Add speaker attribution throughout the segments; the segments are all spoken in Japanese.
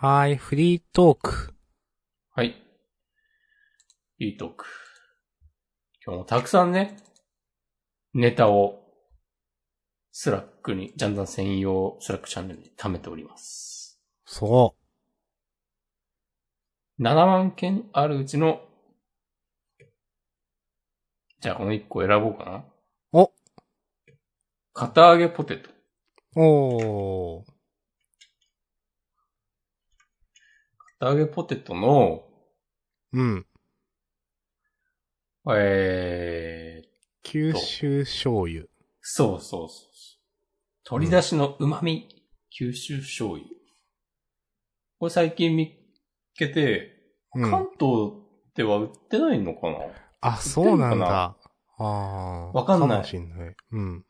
Speaker 1: はーい、フリートーク。
Speaker 2: はい。いいトーク。今日もたくさんね、ネタを、スラックに、ジャンダン専用スラックチャンネルに貯めております。
Speaker 1: そ
Speaker 2: 7万件あるうちの、じゃあこの1個選ぼうかな。
Speaker 1: お
Speaker 2: 片揚げポテト。
Speaker 1: う。おー。
Speaker 2: 片揚げポテトの、
Speaker 1: うん。
Speaker 2: えー、
Speaker 1: 九州醤油。
Speaker 2: そうそうそうそう。鶏出しの旨味、九州醤油。これ最近見っけて、
Speaker 1: うん
Speaker 2: 関。東では売ってないのかな、
Speaker 1: あ、そうなん
Speaker 2: 売ってんのかな
Speaker 1: だ。あー。
Speaker 2: わかんない
Speaker 1: もしんない。うん。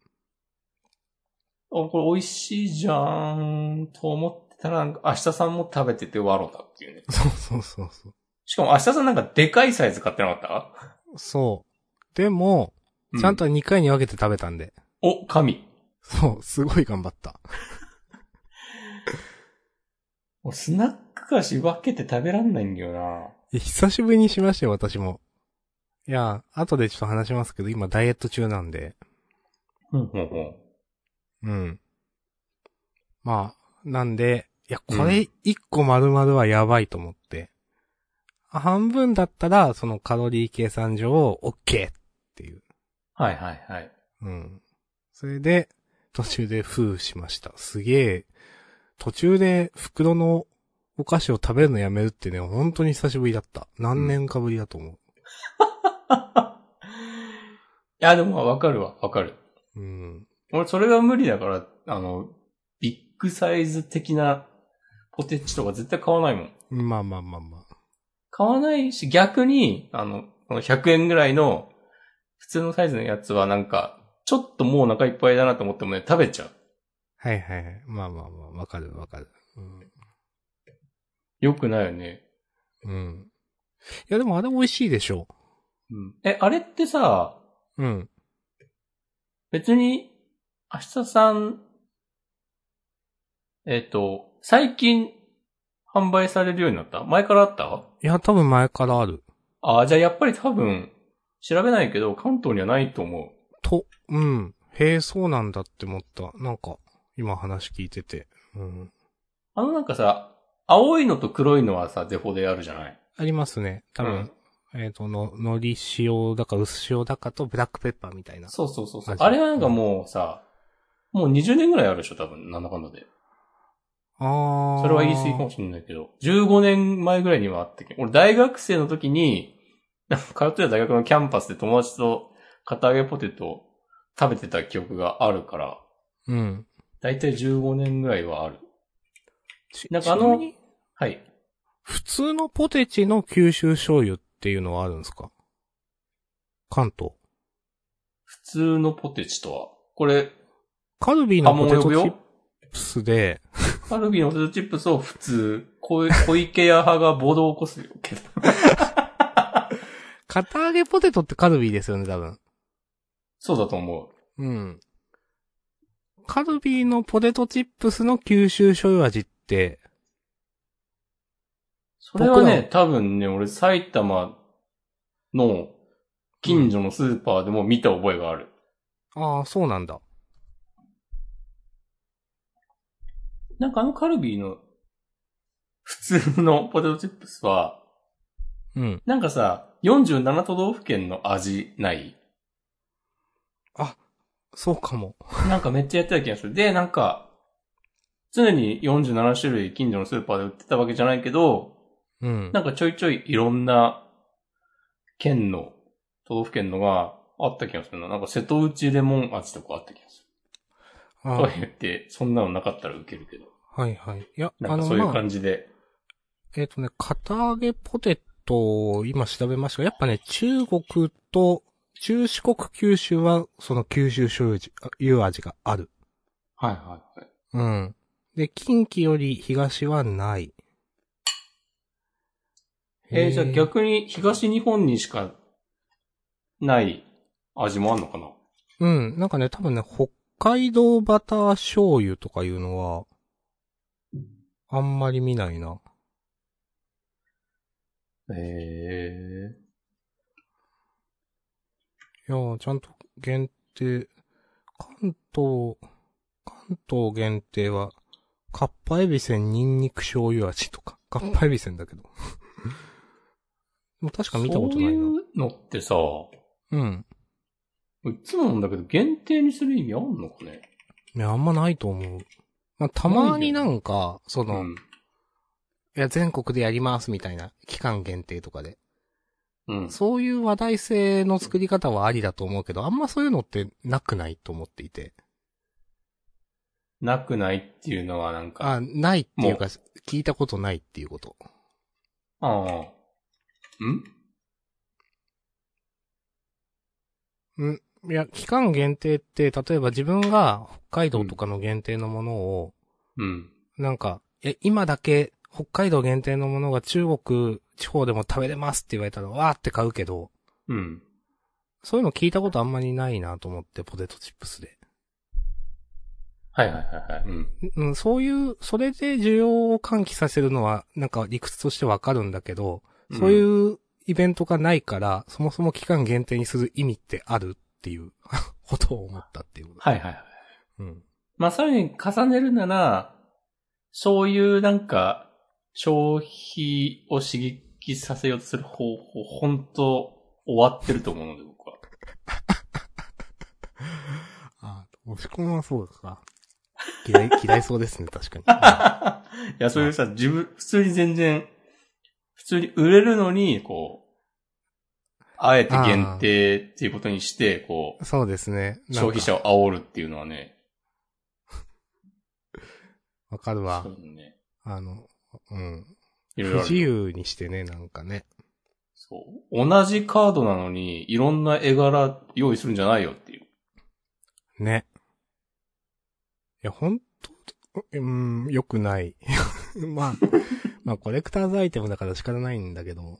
Speaker 2: あ、これ美味しいじゃーん、と思ってたら、なんか明日さんも食べてて笑ったっていうね。
Speaker 1: そうそうそうそう。
Speaker 2: しかも明日さんなんかでかいサイズ買ってなかっ
Speaker 1: そう。でも、
Speaker 2: た
Speaker 1: ちゃん。と2回に分けて食べたんで。
Speaker 2: うお、神。
Speaker 1: そう、すごい頑張った。
Speaker 2: もうスナック菓子分けて食べらんないんだよな。
Speaker 1: いや久しぶりにしましたよ、私も。いや、後でちょっと話しますけど、今ダイエット中なんで。
Speaker 2: うん、うん、うん。
Speaker 1: うん。まあ、なんで、いや、これ一個丸々はやばいと思って。半分だったら、そのカロリー計算上、OK っていう。
Speaker 2: はいはいはい。
Speaker 1: うん。それで、途中で封しました。すげえ、途中で袋のお菓子を食べるのやめるってね、本当に久しぶりだった。何年かぶりだと思
Speaker 2: いや、でもわかるわ、わかる。
Speaker 1: う。うん。
Speaker 2: 俺、それが無理だから、あの、ビッグサイズ的なポテチとか絶対買わないもん。
Speaker 1: まあまあまあまあ。
Speaker 2: 買わないし、逆に、あの、この100円ぐらいの、普通のサイズのやつはなんか、ちょっともうお腹いっぱいだなと思ってもね、食べちゃう。
Speaker 1: はいはいはい。まあまあまあ、わかるわかる。うん。
Speaker 2: よくないよね。
Speaker 1: うん。いやでもあれ美味しいでしょ
Speaker 2: うん。え、あれってさ、
Speaker 1: う。うん。
Speaker 2: 別に、明日さん、えっ、と、最近、販売されるようになった前からあった
Speaker 1: いや、多分前からある。
Speaker 2: ああ、じゃあやっぱり多分、調べないけど、関東にはないと思う。
Speaker 1: と、うん。へえ、そうなんだって思った。なんか、今話聞いてて。うん。
Speaker 2: あのなんかさ、青いのと黒いのはさ、デフォであるじゃない
Speaker 1: ありますね。多分、えっ、と、の、のり塩だか、薄塩だかと、ブラックペッパーみたいな。
Speaker 2: そうそうそうそう。
Speaker 1: 味
Speaker 2: あれはなんかもうさ、もう20年ぐらいあるでしょ、多分、なんだかんだで。
Speaker 1: あー。
Speaker 2: それは言い過ぎかもしれないけど、15年前ぐらいにはあったけど、俺大学生の時に、 なんか通ってた大学のキャンパスで友達と片揚げポテトを食べてた記憶があるから、
Speaker 1: うん。
Speaker 2: だいたい15年ぐらいはある。
Speaker 1: ち
Speaker 2: なんかあの
Speaker 1: ちみに
Speaker 2: はい。
Speaker 1: 普通のポテチの九州醤油っていうのはあるんですか関東。
Speaker 2: 普通のポテチとは。これ、
Speaker 1: カルビー
Speaker 2: あ、
Speaker 1: のポ
Speaker 2: もう
Speaker 1: テ
Speaker 2: 呼
Speaker 1: ト
Speaker 2: ぶ
Speaker 1: チッ
Speaker 2: よ。
Speaker 1: プスで、
Speaker 2: カルビーのポテトチップスを普通、小小池屋派が暴動を起こすよけど。
Speaker 1: 片揚げポテトってカルビーですよね、多分。
Speaker 2: そうだと思う。
Speaker 1: うん。カルビーのポテトチップスの九州醤油味って、
Speaker 2: それは
Speaker 1: 僕らは
Speaker 2: ね、多分ね、俺埼玉の近所のスーパーでも見た覚えがある。
Speaker 1: ああ、そうなんだ。
Speaker 2: なんかあのカルビーの普通のポテトチップスは、
Speaker 1: うん。
Speaker 2: なんかさ、47都道府県の味ない
Speaker 1: そうかも。
Speaker 2: なんかめっちゃやってた気がする。で、なんか、常に47種類近所のスーパーで売ってたわけじゃないけど、
Speaker 1: うん。
Speaker 2: なんかちょいちょいいろんな県の、都道府県のがあった気がするな。なんか瀬戸内レモン味とかあった気がする。
Speaker 1: あ
Speaker 2: とは言って、そんなのなかったらウケるけど。
Speaker 1: はいはい。いや、
Speaker 2: な
Speaker 1: あ
Speaker 2: んか
Speaker 1: の、
Speaker 2: そういう
Speaker 1: まあ
Speaker 2: 感、じで。
Speaker 1: えっ、とね、片揚げポテトを今調べましたが、やっぱね、中国と、中四国九州は、その九州醤油味あ油味がある。
Speaker 2: はいはいはい。
Speaker 1: うん。で、近畿より東はない。
Speaker 2: えー
Speaker 1: へ
Speaker 2: じゃあ逆に東日本にしかない味もあんのかな
Speaker 1: うん。なんかね、多分ね、北海道バター醤油とかいうのは、あんまり見ないな。
Speaker 2: へえ。
Speaker 1: いやーちゃんと限定、関東、関東限定は、かっぱえびせんニンニク醤油味とか、かっぱえびせんだけど。で も確か見たことないな。
Speaker 2: そう
Speaker 1: う
Speaker 2: いうのってさ、
Speaker 1: ん。
Speaker 2: いつもなんだけど、限定にする意味あんのかね
Speaker 1: いや、あんまないと思う。まあ、たまになんか、その、い。や、全国でやりますみたいな、期間限定とかで。
Speaker 2: うん。
Speaker 1: そういう話題性の作り方はありだと思うけど、あんまそういうのってなくないと思っていて。
Speaker 2: なくないっていうのはなんか、
Speaker 1: あ、ないっていうか、聞いたことないっていうこと。
Speaker 2: ああ。ん
Speaker 1: いや、期間限定って、例えば自分が北海道とかの限定のものを、
Speaker 2: うん。
Speaker 1: なんか、え、今だけ北海道限定のものが中国地方でも食べれますって言われたら、わーって買うけど、
Speaker 2: うん。
Speaker 1: そういうの聞いたことあんまりないなと思って、ポテトチップスで。
Speaker 2: はいはいはいはい。うん。
Speaker 1: うん、そういう、それで需要を喚起させるのは、なんか理屈としてわかるんだけど、そう
Speaker 2: う。
Speaker 1: いうイベントがないから、そもそも期間限定にする意味ってあるっていう ことを思ったっていうこと。
Speaker 2: はいはいはい。
Speaker 1: うん。
Speaker 2: まあ、さらに重ねるなら、そういうなんか、消費を刺激させようとする方法、本当終わってると思うので、僕は。
Speaker 1: あ、押し込みはそうか。 嫌い、嫌いそうですね、確かに。
Speaker 2: いや、そういうさ、自分、普通に全然、普通に売れるのに、こう、あえて限定っていうことにして、こ う、
Speaker 1: そうですね。なんか
Speaker 2: 消費。者を煽るっていうのはね、
Speaker 1: わかるわ
Speaker 2: そう。いうのね、
Speaker 1: あの、うん。
Speaker 2: いろい
Speaker 1: 不
Speaker 2: ろあ
Speaker 1: 自
Speaker 2: るよ。
Speaker 1: 由にしてね、なんかね。
Speaker 2: そう。同じカードなのに、いろんな絵柄用意するんじゃないよっていう。
Speaker 1: ね。いや、本当うん、良くない。 まあ、まあ、コレクターズアイテムだから仕方ないんだけども。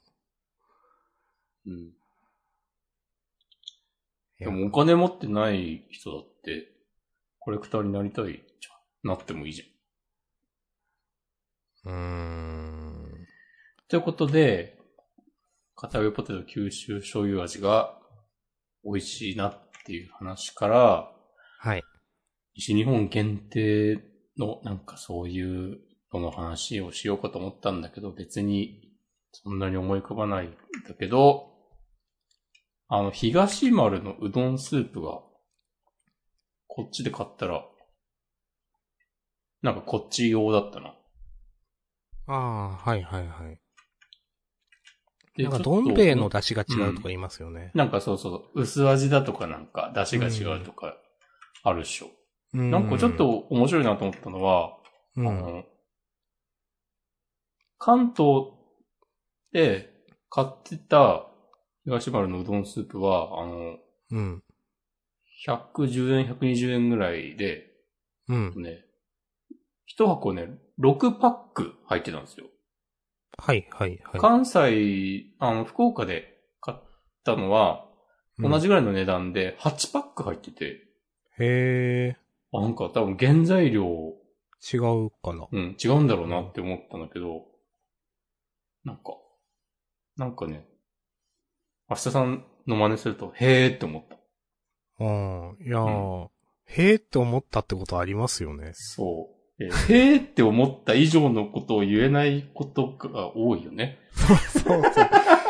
Speaker 2: うん。
Speaker 1: い
Speaker 2: で
Speaker 1: や
Speaker 2: もお金持ってない人だって、コレクターになりたいじゃん。なってもいいじゃ
Speaker 1: う
Speaker 2: ん。
Speaker 1: ーん。
Speaker 2: ということで、片上ポテト九州醤油味が美味しいなっていう話から、
Speaker 1: はい。
Speaker 2: 西日本限定のなんかそういうのの話をしようかと思ったんだけど、別にそんなに思い浮かばないんだけど、あの、東丸のうどんスープが、こっちで買ったら、なんかこっち用だったな。
Speaker 1: ああ、はいはいはい。
Speaker 2: で
Speaker 1: なんか、
Speaker 2: ちょ
Speaker 1: ど
Speaker 2: っと
Speaker 1: ん兵衛の出汁が違うとか言いますよね。
Speaker 2: なんかそうそう、薄味だとかなんか、出汁が違うとか、あるっしょ。
Speaker 1: う
Speaker 2: なんかちょっ、と面白いなと思ったのは、
Speaker 1: うん、
Speaker 2: あの、関東で買ってた東丸のうどんスープは、あの、
Speaker 1: うん、
Speaker 2: 110円、120円ぐらいで、
Speaker 1: うん。
Speaker 2: ね、一箱ね、6パック入ってたんですよ。
Speaker 1: はいはいは
Speaker 2: 関西、あの、福岡で買ったのは、
Speaker 1: い。
Speaker 2: 同
Speaker 1: じ。
Speaker 2: じぐらいの値段で8パック入ってて、
Speaker 1: へえ、
Speaker 2: あなんか多分原材料、
Speaker 1: 違うかな。
Speaker 2: うん、違うんだろうなって思ったんだけど、なんか、なんかね、明日さんの真似すると、へーって思った。
Speaker 1: うん。いやー、へーって思ったってことありますよ ね。
Speaker 2: そう。えーへーって思った以上のことを言えないことが多いよね。
Speaker 1: そうそう。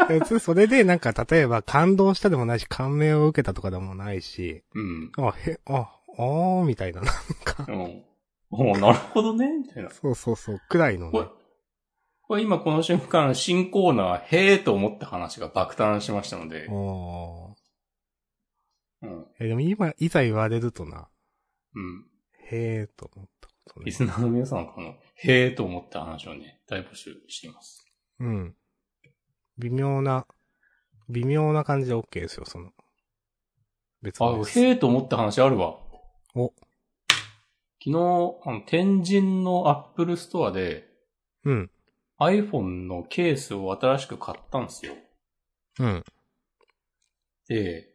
Speaker 1: 別にそれでなんか例えば感動したでもないし、感銘を受けたとかでもないし、
Speaker 2: うん。
Speaker 1: あ、へ、あ、あーみたいな、なんか
Speaker 2: う。ん。おーなるほどね、みたいな。
Speaker 1: そうそうそう、くらいの
Speaker 2: こ
Speaker 1: ね
Speaker 2: れ。、これ今この瞬間、新コーナー、へーと思った話が爆誕しましたので、
Speaker 1: お
Speaker 2: うん。
Speaker 1: えでも今、いざ言われるとな、
Speaker 2: うん。
Speaker 1: へーと思ったこと
Speaker 2: リ
Speaker 1: ね。
Speaker 2: スナーの皆さんからの、へーと思った話をね、大募集しています。
Speaker 1: うん。微妙な、微妙な感じで OK ですよ、その。別
Speaker 2: あ、
Speaker 1: に。
Speaker 2: へえと思った話あるわ。
Speaker 1: お
Speaker 2: 昨日、あの、天神のアップルストアで
Speaker 1: うん。
Speaker 2: iPhone のケースを新しく買ったんですよ。
Speaker 1: うん。
Speaker 2: で、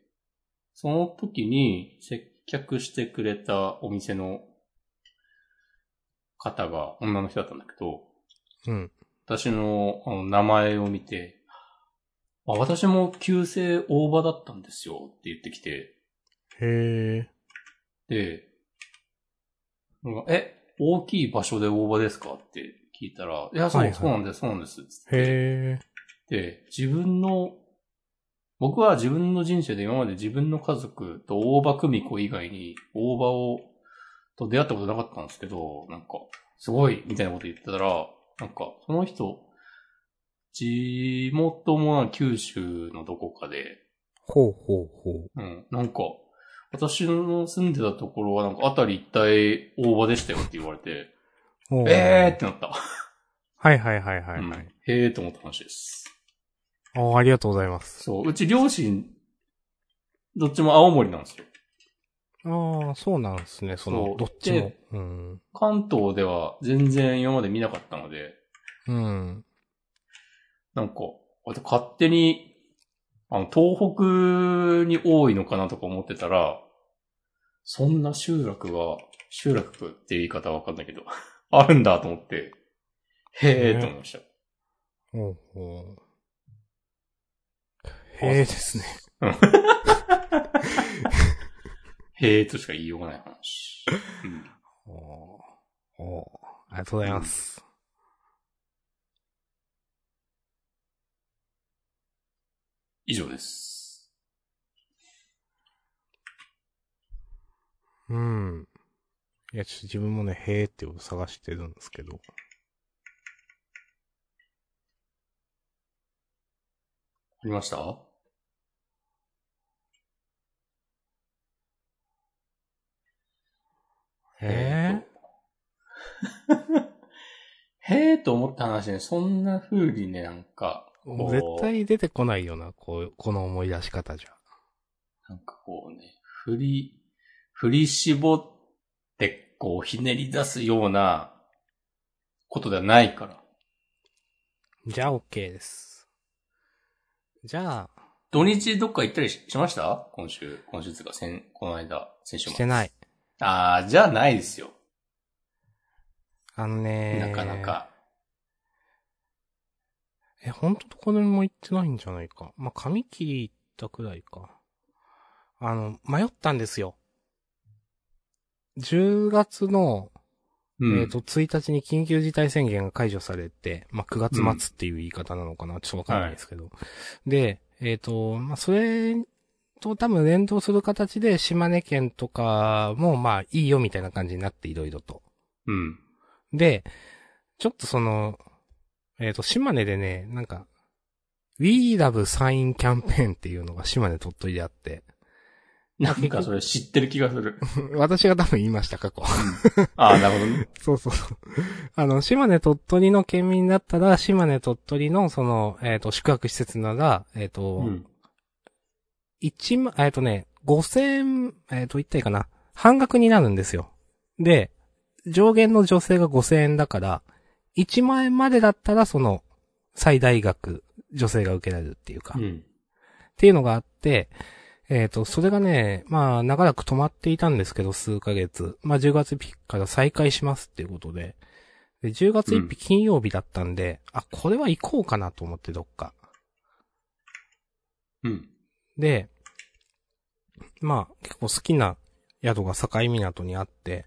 Speaker 2: その時に接客してくれたお店の方が女の人だったんだけど、
Speaker 1: うん。
Speaker 2: 私のあの名前を見て、あ、私も旧姓大場だったんですよって言ってきて、
Speaker 1: へえ。
Speaker 2: で、うんえ、大きい場所で大場ですかって聞いたら、いや、そう、
Speaker 1: はいはい
Speaker 2: そうなんです、そうなんです。つって
Speaker 1: へえ。
Speaker 2: で、自分の、僕は自分の人生で今まで自分の家族と大場久美子以外に大場を、と出会ったことなかったんですけど、なんか、すごいみたいなこと言ってたら、なんか、その人、地元もなんか九州のどこかで、
Speaker 1: ほうほうほう。
Speaker 2: うん、なんか、私の住んでたところはなんか、あたり一帯大場でしたよって言われて、
Speaker 1: おー
Speaker 2: えーってなった。
Speaker 1: はいはいはいはい、
Speaker 2: うん
Speaker 1: はい
Speaker 2: へーと思った話です。
Speaker 1: おーありがとうございます。
Speaker 2: そう、うち両親、どっちも青森なんですよ。
Speaker 1: ああ、そうなんですね、そ
Speaker 2: そ
Speaker 1: の
Speaker 2: う、
Speaker 1: どっちも
Speaker 2: で。
Speaker 1: うん。
Speaker 2: 関東では全然今まで見なかったので、
Speaker 1: うん。
Speaker 2: なんか、あと勝手に、あの、東北に多いのかなとか思ってたら、そんな集落が、集落って言い方わかんないけど、 あるんだと思って、へー
Speaker 1: ね
Speaker 2: と思いました。
Speaker 1: ほうほう。へえですね。
Speaker 2: へーとしか言いようがない話。 うん
Speaker 1: おーおーありがとうございます。
Speaker 2: 以上です。
Speaker 1: うん。いや、ちょっと自分もね、へえっていうのを探してるんですけど。
Speaker 2: ありました
Speaker 1: へ
Speaker 2: えへえと思った話ね、そんな風にね、なんか、
Speaker 1: え絶対出てこないよな、こう、この思い出し方じゃ。
Speaker 2: なんかこうね、振り、振り絞って、こう、ひねり出すようなことではないから。
Speaker 1: じゃあ、OK です。じゃあ、
Speaker 2: 土日どっか行ったりししました今週、今週つか、先、この間、先週も。
Speaker 1: してない。
Speaker 2: ああ、じゃあないですよ。
Speaker 1: あのね
Speaker 2: なかな。か。
Speaker 1: え、ほんとどこでも行ってないんじゃないか。まあ、髪切り行ったくらいか。あの、迷ったんですよ。10月の、
Speaker 2: うん。
Speaker 1: えっ、と、1日に緊急事態宣言が解除されて、まあ、9月末っていう言い方なのかな、ちょっとわかんないですけど。で、えっ、と、まあ、それと多分連動する形で、島根県とかも、まあ、いいよみたいな感じになって、いろいろと。
Speaker 2: うん。
Speaker 1: で、ちょっとその、えっ、と、島根でね、なんか、We Love サインキャンペーンっていうのが島根鳥取であって、
Speaker 2: なんかそれ知ってる気がする。
Speaker 1: 私が多分言いました、過去。
Speaker 2: ああ、なるほどね。
Speaker 1: そうそう そう。あの、島根鳥取の県民だったら、島根鳥取のその、えっ、と、宿泊施設なら、えっ、と、
Speaker 2: うん。
Speaker 1: 一万、えっ、とね、五千、えっ、と、言ったらいいかな。半額になるんですよ。で、上限の女性が五千円だから、一万円までだったらその、最大額、女性が受けられるっていうか、
Speaker 2: う
Speaker 1: っ
Speaker 2: ん。
Speaker 1: ていうのがあって、えっ、と、それがね、まあ、長らく止まっていたんですけど、数ヶ月。まあ、10月1日から再開しますっていうことで。で、10月1
Speaker 2: うん
Speaker 1: 日金曜日だったんで、あ、これは行こうかなと思って、どっか。
Speaker 2: うん。
Speaker 1: で、まあ、結構好きな宿が境港にあって、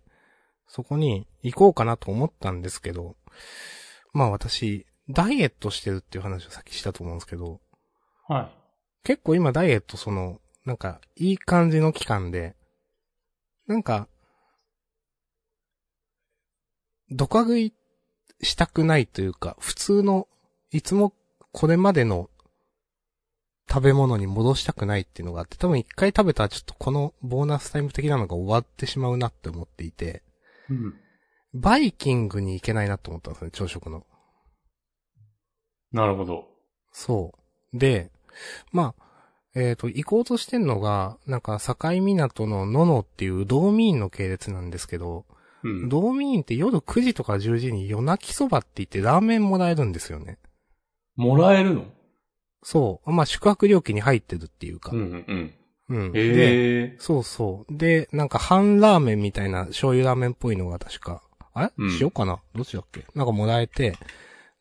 Speaker 1: そこに行こうかなと思ったんですけど、まあ私、ダイエットしてるっていう話をさっきしたと思うんですけど、
Speaker 2: はい。
Speaker 1: 結構今ダイエットその、なんか、いい感じの期間で、なんか、ドカ食いしたくないというか、普通の、いつもこれまでの食べ物に戻したくないっていうのがあって、多分一回食べたらちょっとこのボーナスタイム的なのが終わってしまうなって思っていて、
Speaker 2: うん。
Speaker 1: バイキングに行けないなと思ったんですね、朝食の。
Speaker 2: なるほど。
Speaker 1: そう。で、まあ、えっ、と、行こうとしてんのが、なんか、境港のののっていう道民の系列なんですけど、
Speaker 2: うん。
Speaker 1: 道民って夜9時とか10時に夜泣きそばって言ってラーメンもらえるんですよね。
Speaker 2: もらえるの
Speaker 1: そう。まあ、宿泊料金に入ってるっていうか。
Speaker 2: うんうん
Speaker 1: うん
Speaker 2: うん。
Speaker 1: で、
Speaker 2: へえ。
Speaker 1: そうそう。で、なんか半ラーメンみたいな醤油ラーメンっぽいのが確かあれ、
Speaker 2: うん
Speaker 1: しようかなどうしようっけなんかもらえて、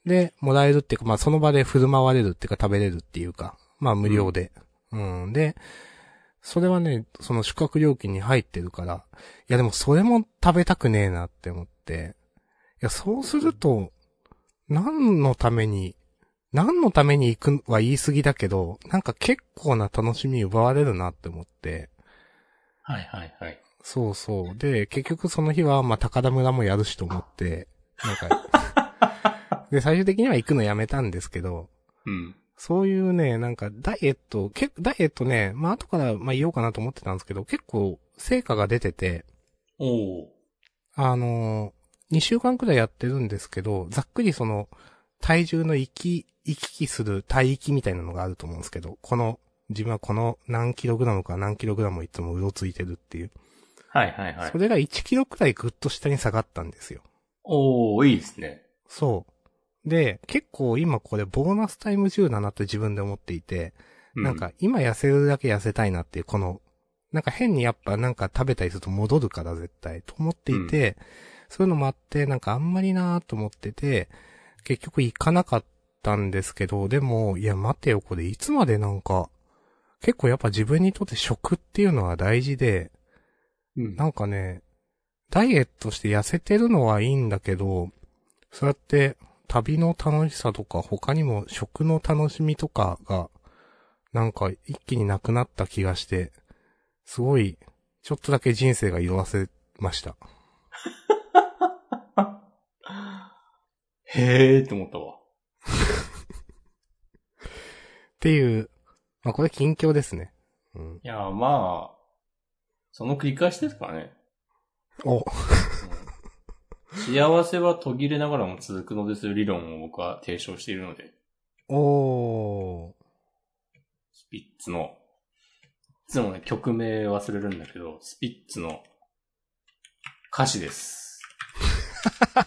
Speaker 1: で、もらえるっていうか、まあその場で振る舞われるっていうか食べれるっていうか、まあ無料で。うん、で、それはね、その宿泊料金に入ってるから、いやでもそれも食べたくねえなって思って、いや、そうすると、何のために、何のために行くは言い過ぎだけど、なんか結構な楽しみ奪われるなって思って、
Speaker 2: はいはいはい。
Speaker 1: そうそう。で、結局その日は、まあ、高田村もやるしと思って、なんか、で、最終的には行くのやめたんですけど、
Speaker 2: うん。
Speaker 1: そういうね、なんか、ダイエット、けダイエットね、まあ、後から、まあ、言おうかなと思ってたんですけど、結構、成果が出てて、
Speaker 2: おお。
Speaker 1: あのー、2週間くらいやってるんですけど、ざっくりその、体重の行き、行き来する体域みたいなのがあると思うんですけど、この、自分はこの何キログラムか何キログラムいつもうろついてるっていう。
Speaker 2: はいはいはい
Speaker 1: そ。れが1キロくらいぐっと下に下がったんですよ。
Speaker 2: おおいいですね。
Speaker 1: そう。で、結構今これボーナスタイム10だなって自分で思っていて、
Speaker 2: う
Speaker 1: なんか、今痩せるだけ痩せたいなっていう、この、なんか変にやっぱなんか食べたりすると戻るから絶対と思っていて、そういうのもあって、なんかあんまりなーと思ってて、結局行かなかったんですけど、でも、いや待てよ、これいつまでなんか、結構やっぱ自分にとって食っていうのは大事で、
Speaker 2: うん
Speaker 1: なんかね、ダイエットして痩せてるのはいいんだけど、そうやって旅の楽しさとか他にも食の楽しみとかが、なんか一気になくなった気がして、すごい、ちょっとだけ人生が色あせました。
Speaker 2: へえーって思ったわ。
Speaker 1: っていう、まあこれ近況ですね。うん。
Speaker 2: いやー、まあ、その繰り返しですからね。
Speaker 1: お、
Speaker 2: うん幸せは途切れながらも続くのです理論を僕は提唱しているので、
Speaker 1: お
Speaker 2: スピッツの、いつもね、曲名忘れるんだけど、スピッツの歌詞です。
Speaker 1: ー。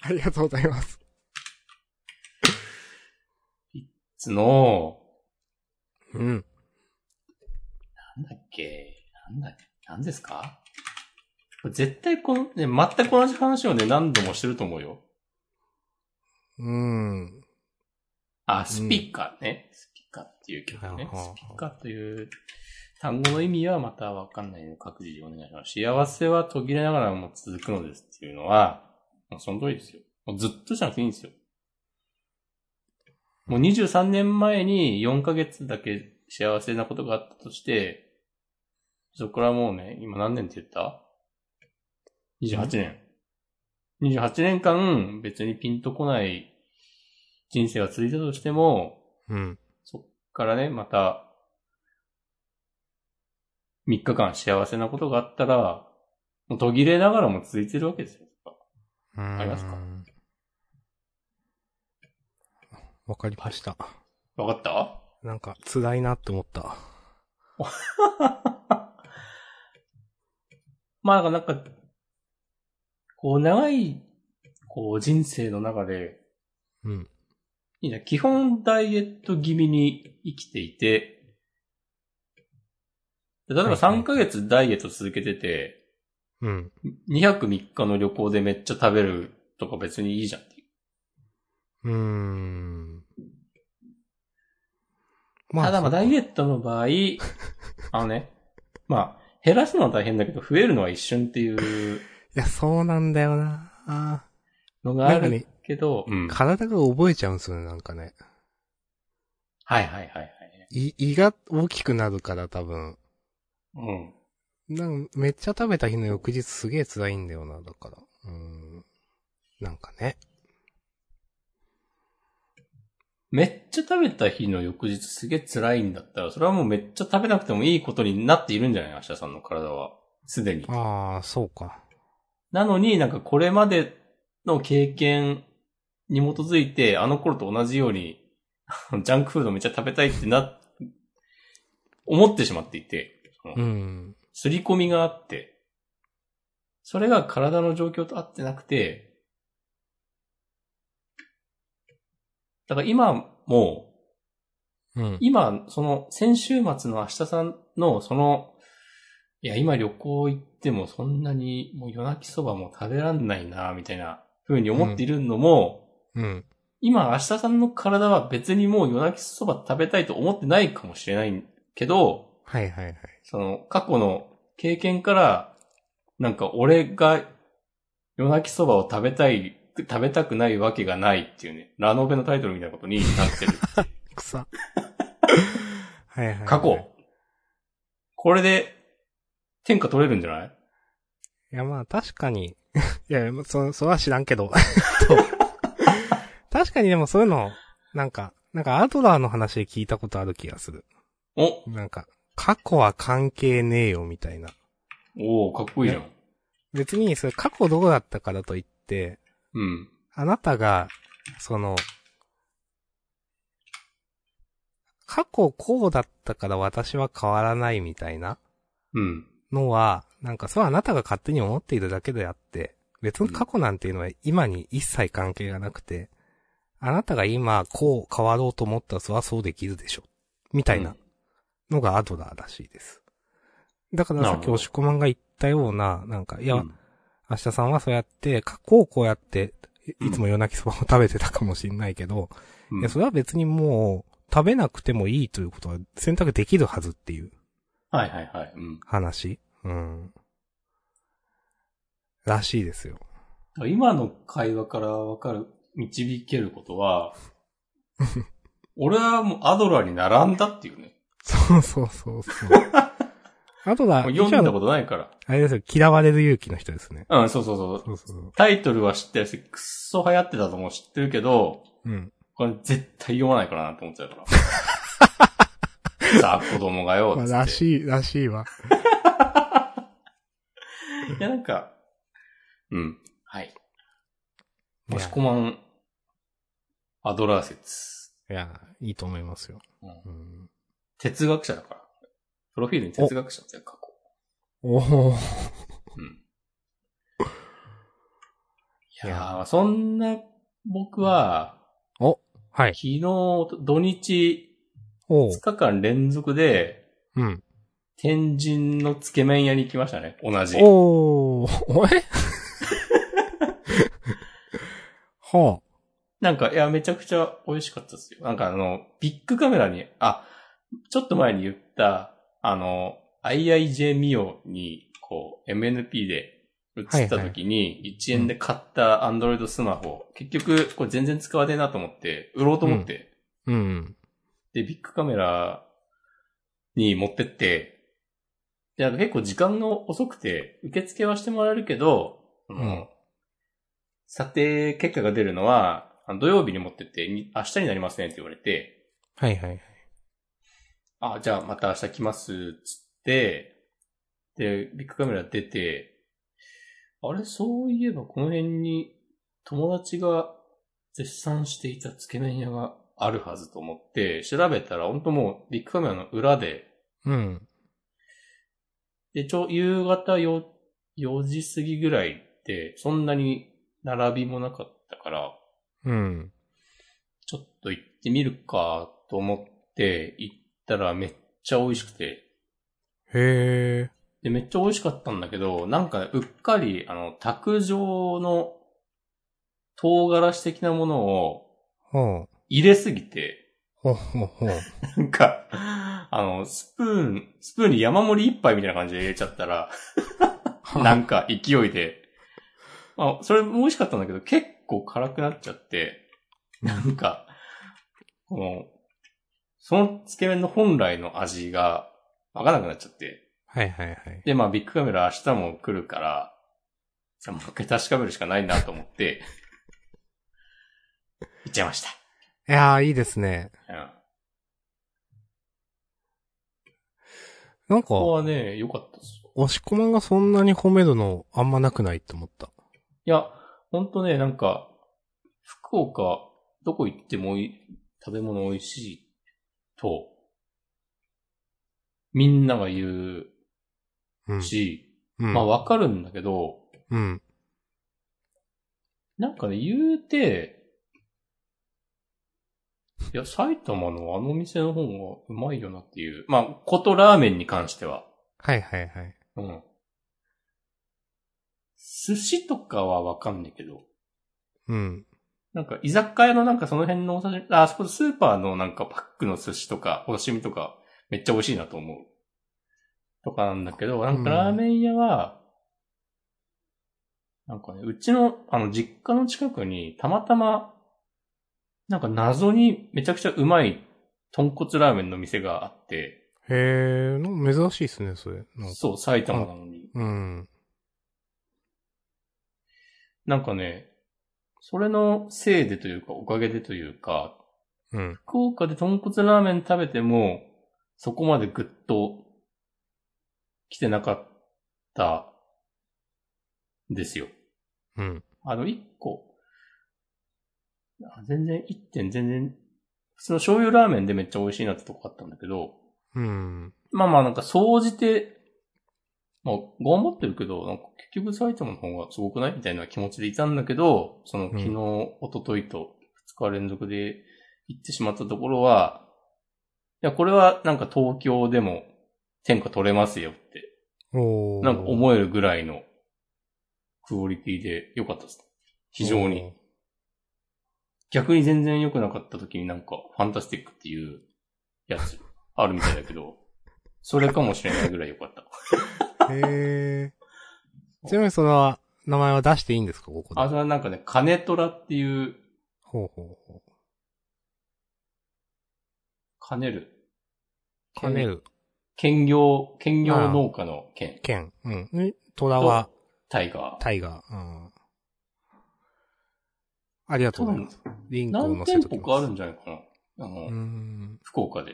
Speaker 1: ありがとうございます。
Speaker 2: スピッツの、
Speaker 1: うん。
Speaker 2: なんだっけ、なんだっけ、なんですかこれ絶対この、ね、全く同じ話をね、何度もしてると思うよ。
Speaker 1: うん。
Speaker 2: あ、スピカね。スピカっていう曲ね。
Speaker 1: はあはあ
Speaker 2: スピカという単語の意味はまたわかんないので各自でお願いします。幸せは途切れながらも続くのですっていうのは、もうその通りですよ。もうずっとじゃなくていいんですよ。もう23年前に4ヶ月だけ幸せなことがあったとして、そこからもうね、今何年って言った ?28 年。28年間別にピンとこない人生が続いたとしても、
Speaker 1: うん。
Speaker 2: そっからね、また、3日間幸せなことがあったら、もう途切れながらも続いてるわけですよ。
Speaker 1: あ
Speaker 2: りますか
Speaker 1: わかりました。
Speaker 2: わかった
Speaker 1: なんか辛いなって思った。
Speaker 2: まあなんか、こう長い、こう人生の中で、
Speaker 1: うん。
Speaker 2: いいな、基本ダイエット気味に生きていて、で例え
Speaker 1: はい
Speaker 2: ば
Speaker 1: はい
Speaker 2: 3ヶ月ダイエット続けてて、
Speaker 1: うん。
Speaker 2: 2泊3日の旅行でめっちゃ食べるとか別にいいじゃんっていう
Speaker 1: うーん。ま
Speaker 2: ただまあダイ
Speaker 1: エ
Speaker 2: エット の場合、あのね、まあ、減らすのは大変だけど、増えるのは一瞬っていう
Speaker 1: いや、そうなんだよな。あ
Speaker 2: のがあ
Speaker 1: なんかね
Speaker 2: るけど、う
Speaker 1: ー
Speaker 2: んはい
Speaker 1: 体が覚えちゃうんですよね、なんかね。
Speaker 2: はいはいはい。
Speaker 1: い胃が大きくなるから多分。
Speaker 2: うん。
Speaker 1: なんかめっちゃ食べた日の翌日すげえ辛いんだよな、だから。うーん。なんかね。
Speaker 2: めっちゃ食べた日の翌日すげえ辛いんだったら、それはもうめっちゃ食べなくてもいいことになっているんじゃない明日さんの体は。すでに。
Speaker 1: ああ、そうか。
Speaker 2: なのになんかこれまでの経験に基づいて、あの頃と同じように、 ジャンクフードめっちゃ食べたいってな、思ってしまっていて。その
Speaker 1: うん。
Speaker 2: 刷り込みがあって、それが体の状況と合ってなくて、だから今も、
Speaker 1: うん。
Speaker 2: 今、その先週末の明日さんのそのいや、今旅行行ってもそんなにもう夜泣きそばも食べらんないな、みたいな風に思っているのも、
Speaker 1: うん。
Speaker 2: 今、明日さんの体は別にもう夜泣きそば食べたいと思ってないかもしれないけど、
Speaker 1: はいはいはい。
Speaker 2: その、過去の経験から、なんか俺が夜泣きそばを食べたい、食べたくないわけがないっていうね、ラノベのタイトルみたいなことになっ てる。
Speaker 1: 草。はいはいはい。
Speaker 2: 過去。これで、天下取れるんじゃない
Speaker 1: いやまあ確かに、 いや、そ、それは知らんけど。と 確かにでもそういうの、なんか、なんかアドラーの話で聞いたことある気がする。
Speaker 2: お
Speaker 1: なんか、過去は関係ねえよみたいな。
Speaker 2: おおかっこいいじゃん。
Speaker 1: 別に、それ過去どうだったからといって、
Speaker 2: うん。
Speaker 1: あなたが、その、過去こうだったから私は変わらないみたいな
Speaker 2: うん。
Speaker 1: のは、なんかそれはあなたが勝手に思っているだけであって、別に過去なんていうのは今に一切関係がなくて、あなたが今こう変わろうと思ったらそれはそうできるでしょ。みたいなのがアドラーらしいです。だからさっ
Speaker 2: なるほ
Speaker 1: き
Speaker 2: ど
Speaker 1: 押し込まんが言ったような、なんか、いや、
Speaker 2: うん
Speaker 1: 明日さんはそうやって、過去をこうやって、
Speaker 2: う
Speaker 1: い
Speaker 2: ん
Speaker 1: いつも夜泣きそばを食べてたかもしんないけど、
Speaker 2: うん
Speaker 1: いや、それは別にもう、食べなくてもいいということは選択できるはずっていう
Speaker 2: はいはいはい。うん。
Speaker 1: 話。うん。らしいですよ。
Speaker 2: 今の会話からわかる、導けること は、俺はもうアドラーに並んだっていうね。
Speaker 1: そうそうそう そう。あとだ、
Speaker 2: もう読んだ
Speaker 1: 一応
Speaker 2: ことないから。
Speaker 1: あれですよ、嫌われる勇気の人ですね。
Speaker 2: うん、そうそうそう。
Speaker 1: そうそう。
Speaker 2: タイトルは知ってるし、くっそ流行ってたとも知ってるけど、
Speaker 1: うん。
Speaker 2: これ絶対読まないからなって思っちゃうから。さあ、子供がよ
Speaker 1: まあ、、
Speaker 2: つっ
Speaker 1: ら
Speaker 2: て。
Speaker 1: しい、らしいわ。
Speaker 2: いや、なんか、うん。はい。
Speaker 1: いや
Speaker 2: もしこまん、アドラー説。
Speaker 1: いや、いいと思いますよ。
Speaker 2: うん
Speaker 1: うん、
Speaker 2: 哲学者だから。プロフィールに哲学者って過去。
Speaker 1: おお。
Speaker 2: うん。い
Speaker 1: い
Speaker 2: や
Speaker 1: や
Speaker 2: ー、そんな、僕は、
Speaker 1: はい。
Speaker 2: 昨日、土日、
Speaker 1: おう
Speaker 2: 2日間連続で、
Speaker 1: うん。
Speaker 2: 天神のつけ麺屋に行きましたね。同じ。
Speaker 1: おー、おえ は
Speaker 2: なんか、いや、めちゃくちゃ美味しかったですよ。なんかあの、ビッグカメラに、あ、ちょっと前に言った、あの、IIJ ミオに、こう、MNP で映った時に、1円で買ったアンドロイドスマホ、結局、これ全然使わねえなと思って、売ろうと思って、
Speaker 1: あ。うん。
Speaker 2: で、ビッグカメラに持ってって、で、なんか結構時間が遅くて、受付はしてもらえるけど、その
Speaker 1: うん
Speaker 2: 査定結果が出るのは、あの土曜日に持ってって、に明日になりますねって言われて、
Speaker 1: はいはいはい。
Speaker 2: あ、じゃあまた明日来ます、つって、で、ビッグカメラ出て、あれ、そういえばこの辺に友達が絶賛していたつけ麺屋があるはずと思って、調べたら本当もうビッグカメラの裏で、
Speaker 1: うん。
Speaker 2: で、ちょ、夕方4、4時過ぎぐらいって、そんなに並びもなかったから、
Speaker 1: うん。
Speaker 2: ちょっと行ってみるかと思って、行ったらめっちゃ美味しくて、
Speaker 1: へえ。
Speaker 2: で、めっちゃ美味しかったんだけど、なんか、うっかり、あの、卓上の唐辛子的なものを
Speaker 1: ほう。
Speaker 2: 入れすぎて、
Speaker 1: ほうほうほう。
Speaker 2: なんか、あの、スプーン、スプーンに山盛り一杯みたいな感じで入れちゃったら、なんか勢いで。まあ、それも美味しかったんだけど、結構辛くなっちゃって、なんか、この、そのつけ麺の本来の味がわからなくなっちゃって。
Speaker 1: はいはいはい。
Speaker 2: で、まあビッグカメラ明日も来るから、じゃあもう一回確かめるしかないなと 思って、行っちゃいまし
Speaker 1: いやー、いいですね。
Speaker 2: た。うん。
Speaker 1: なんか、
Speaker 2: ここ
Speaker 1: 押
Speaker 2: はね、良かったですよ。
Speaker 1: し込まんがそんなに褒めるのあんまなくないって思った。
Speaker 2: いや、ほんとね、なんか、福岡、どこ行ってもいい食べ物美味しいと、みんなが言
Speaker 1: うん
Speaker 2: う。し、
Speaker 1: うん。
Speaker 2: まあわかるんだけど、
Speaker 1: うん。
Speaker 2: なんかね、言うて、いや、埼玉のあの店の方がうまいよなっていう。まあ、ことラーメンに関しては。
Speaker 1: はいはいはい。
Speaker 2: うん。寿司とかはわかんないけど、
Speaker 1: うん。
Speaker 2: なんか居酒屋のなんかその辺のお刺身、あ、あそこスーパーのなんかパックの寿司とかお刺身とかめっちゃ美味しいなと思う。とかなんだけど、なんか
Speaker 1: うん
Speaker 2: ラーメン屋は、なんかね、うちの、あの実家の近くにたまたま、なんか謎にめちゃくちゃうまい豚骨ラーメンの店があって、
Speaker 1: へえ、の珍しいですね、それ。なんか
Speaker 2: そう、埼玉なのに。
Speaker 1: うん。
Speaker 2: なんかね、それのせいでというか、おかげでというか、
Speaker 1: うん。
Speaker 2: 福岡で豚骨ラーメン食べても、そこまでぐっと来てなかったんですよ。
Speaker 1: うん。
Speaker 2: あの、一個、あ全然、一点全然、普通の醤油ラーメンでめっちゃ美味しいなってとこあったんだけど、
Speaker 1: うん。
Speaker 2: まあまあなんか総じて、まあ頑張ってるけど、なんか結局埼玉の方がすごくないみたいな気持ちでいたんだけど、その昨
Speaker 1: う
Speaker 2: 日、一昨日と2日連続で行ってしまったところは、いや、これはなんか東京でも天下取れますよって、
Speaker 1: おー
Speaker 2: なんか思えるぐらいのクオリティで良かったです。非常に。。逆に全然良くなかった時になんか、ファンタスティックっていうやつあるみたいだけど、それかもしれないぐらい良かった。
Speaker 1: へえ。ちなみにその、名前は出していいんですかここで。
Speaker 2: あ、それはなんかね、カネトラっていう、
Speaker 1: ほうほうほ
Speaker 2: カネる。
Speaker 1: う。兼ね。る
Speaker 2: 兼業、兼業農家の兼。
Speaker 1: 剣。うん。に虎は
Speaker 2: タイガー。
Speaker 1: タイガー。うん。ありがとうございます。リンクを
Speaker 2: 何
Speaker 1: 載せと
Speaker 2: 店
Speaker 1: き
Speaker 2: 舗
Speaker 1: ます。
Speaker 2: かあるんじゃないかなあの、
Speaker 1: うん。
Speaker 2: 福岡で。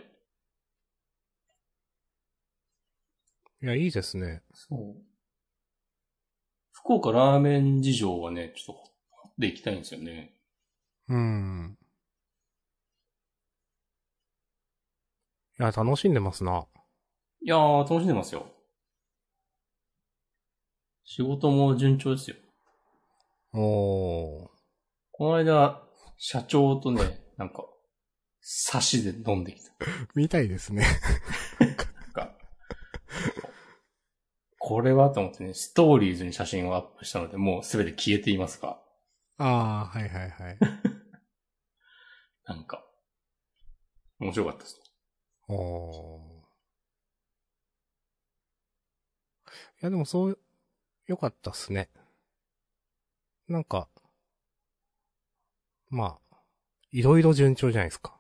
Speaker 1: いや、いいですね。
Speaker 2: そう。福岡ラーメン事情はね、ちょっと、でいきたいんですよね。
Speaker 1: うん。いや、楽しんでますな。
Speaker 2: いやー、楽しんでますよ。仕事も順調ですよ。
Speaker 1: おー。
Speaker 2: この間、社長とね、なんか、差しで飲んできた。
Speaker 1: みたいですね。
Speaker 2: なんか、これはと思ってね、ストーリーズに写真をアップしたので、もうすべて消えていますが、
Speaker 1: ああ、はいはい はい。
Speaker 2: なんか、面白かったです。
Speaker 1: おー。いや、でもそう、良かったっすね。なんか、まあ、いろいろ順調じゃないですか。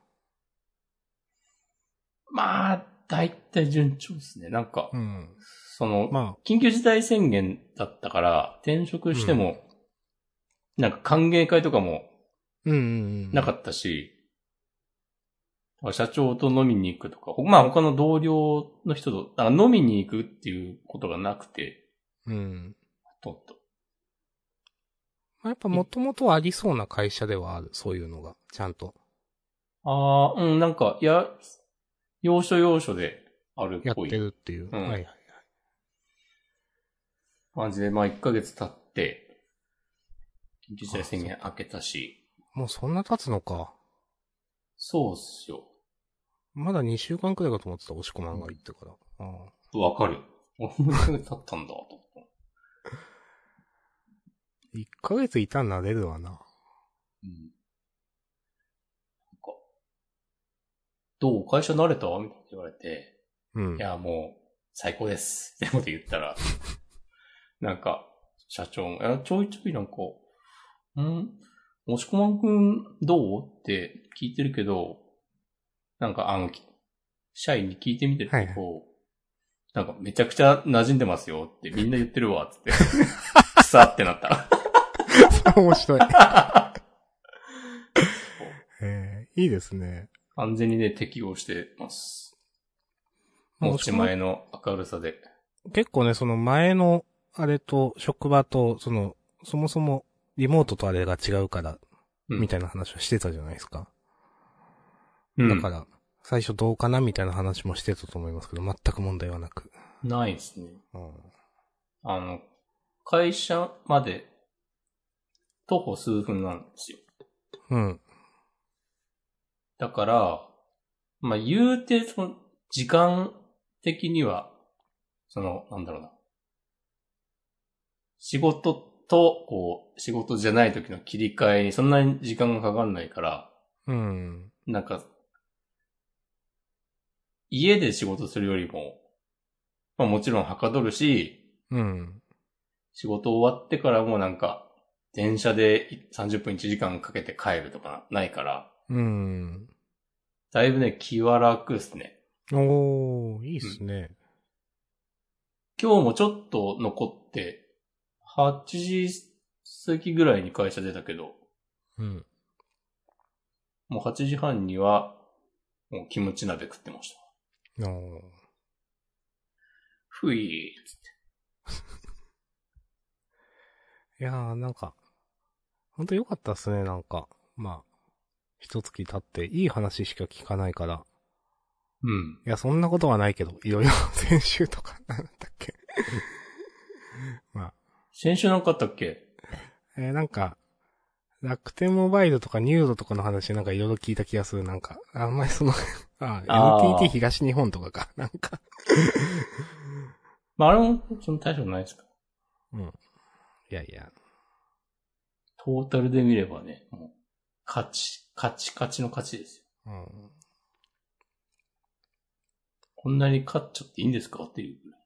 Speaker 2: まあ、だいたい順調ですね。なんか、
Speaker 1: ん。
Speaker 2: その、
Speaker 1: ま
Speaker 2: 緊急事態宣言だったから、転職しても、なんか歓迎会とかも
Speaker 1: あ、うんうんうん。
Speaker 2: なかったし、社長と飲みに行くとか、ほまあ他の同僚の人と、なんか飲みに行くっていうことがなくて、
Speaker 1: うん。
Speaker 2: ほとんど。
Speaker 1: まあ、やっぱもともとありそうな会社ではある、そういうのが、ちゃんと
Speaker 2: ああ、うん、なんか、いや、要所要所である
Speaker 1: やって
Speaker 2: っぽい
Speaker 1: るっていう。
Speaker 2: うん
Speaker 1: はいはいはい。
Speaker 2: 感じで、まあ1ヶ月経って、緊急事態宣言明けたし、
Speaker 1: もうそんな経つのか。
Speaker 2: そうっすよ。
Speaker 1: まだ2週間くらいかと思ってた、押し込まんが言ってから。ああ
Speaker 2: わかる。 俺も1ヶ月経ったんだ、と思って。
Speaker 1: 1ヶ月いたんなれるわな。
Speaker 2: うん。なんか、どう会社慣れたみたいな言われて、
Speaker 1: うん
Speaker 2: い。や、もう、最高です。ってこと言ったら、なんか、社長も、いやちょいちょいなんか、んもしこまんくんどうって聞いてるけど、なんかあの、き社員に聞いてみてると、
Speaker 1: はいはい
Speaker 2: なんかめちゃくちゃ馴染んでますよってみんな言ってるわ、つって。 くさってなった。
Speaker 1: 面白い。 えーいいですね。
Speaker 2: 完全にね、適応してます。
Speaker 1: まあ
Speaker 2: 持ち前の明るさで。
Speaker 1: 結構ね、その前の、あれと、職場と、その、そもそも、リモートとあれが違うから、
Speaker 2: うん
Speaker 1: みたいな話をしてたじゃないですか。
Speaker 2: う
Speaker 1: だ
Speaker 2: ん
Speaker 1: から、最初どうかなみたいな話もしてたと思いますけど、全く問題はなく。
Speaker 2: ないですね。
Speaker 1: うん。
Speaker 2: あの、会社まで徒歩数分なんですよ。
Speaker 1: うん。
Speaker 2: だから、まあ、言うて、その、時間的には、その、なんだろうな、仕事と、こう、仕事じゃない時の切り替えにそんなに時間がかかんないから、
Speaker 1: うん。
Speaker 2: なんか、家で仕事するよりも、まあもちろんはかどるし、
Speaker 1: うん。
Speaker 2: 仕事終わってからもなんか、電車で30分1時間かけて帰るとかなないから、
Speaker 1: うん。
Speaker 2: だいぶね、気は楽ですね。
Speaker 1: おー、いいっすね。
Speaker 2: 今日もちょっと残って、8時過ぎぐらいに会社出たけど、
Speaker 1: うん。
Speaker 2: もう8時半には、もうキムチ鍋食ってました。
Speaker 1: おー
Speaker 2: ふいーっつって。
Speaker 1: いやー、なんか、ほんと良かったっすね、なんか。まあ、一月経っていい話しか聞かないから。
Speaker 2: うん。
Speaker 1: いや、そんなことはないけど、いろい ろ先週とか、なんだっけ。
Speaker 2: 先週なんかあったっけ
Speaker 1: えーなんか、楽天モバイルとかニューロとかの話なんかいろいろ聞いた気がする。なんか、あんまりその あ、
Speaker 2: あー
Speaker 1: NTT 東日本とかか。なんか、
Speaker 2: まあ、あれも、その大したことないですか
Speaker 1: うん。いやいや、
Speaker 2: トータルで見ればね、もう、勝ち、勝ち勝ちの勝ちです
Speaker 1: う
Speaker 2: よ。
Speaker 1: ん。
Speaker 2: こんなに勝っちゃっていいんですかっていうぐらい。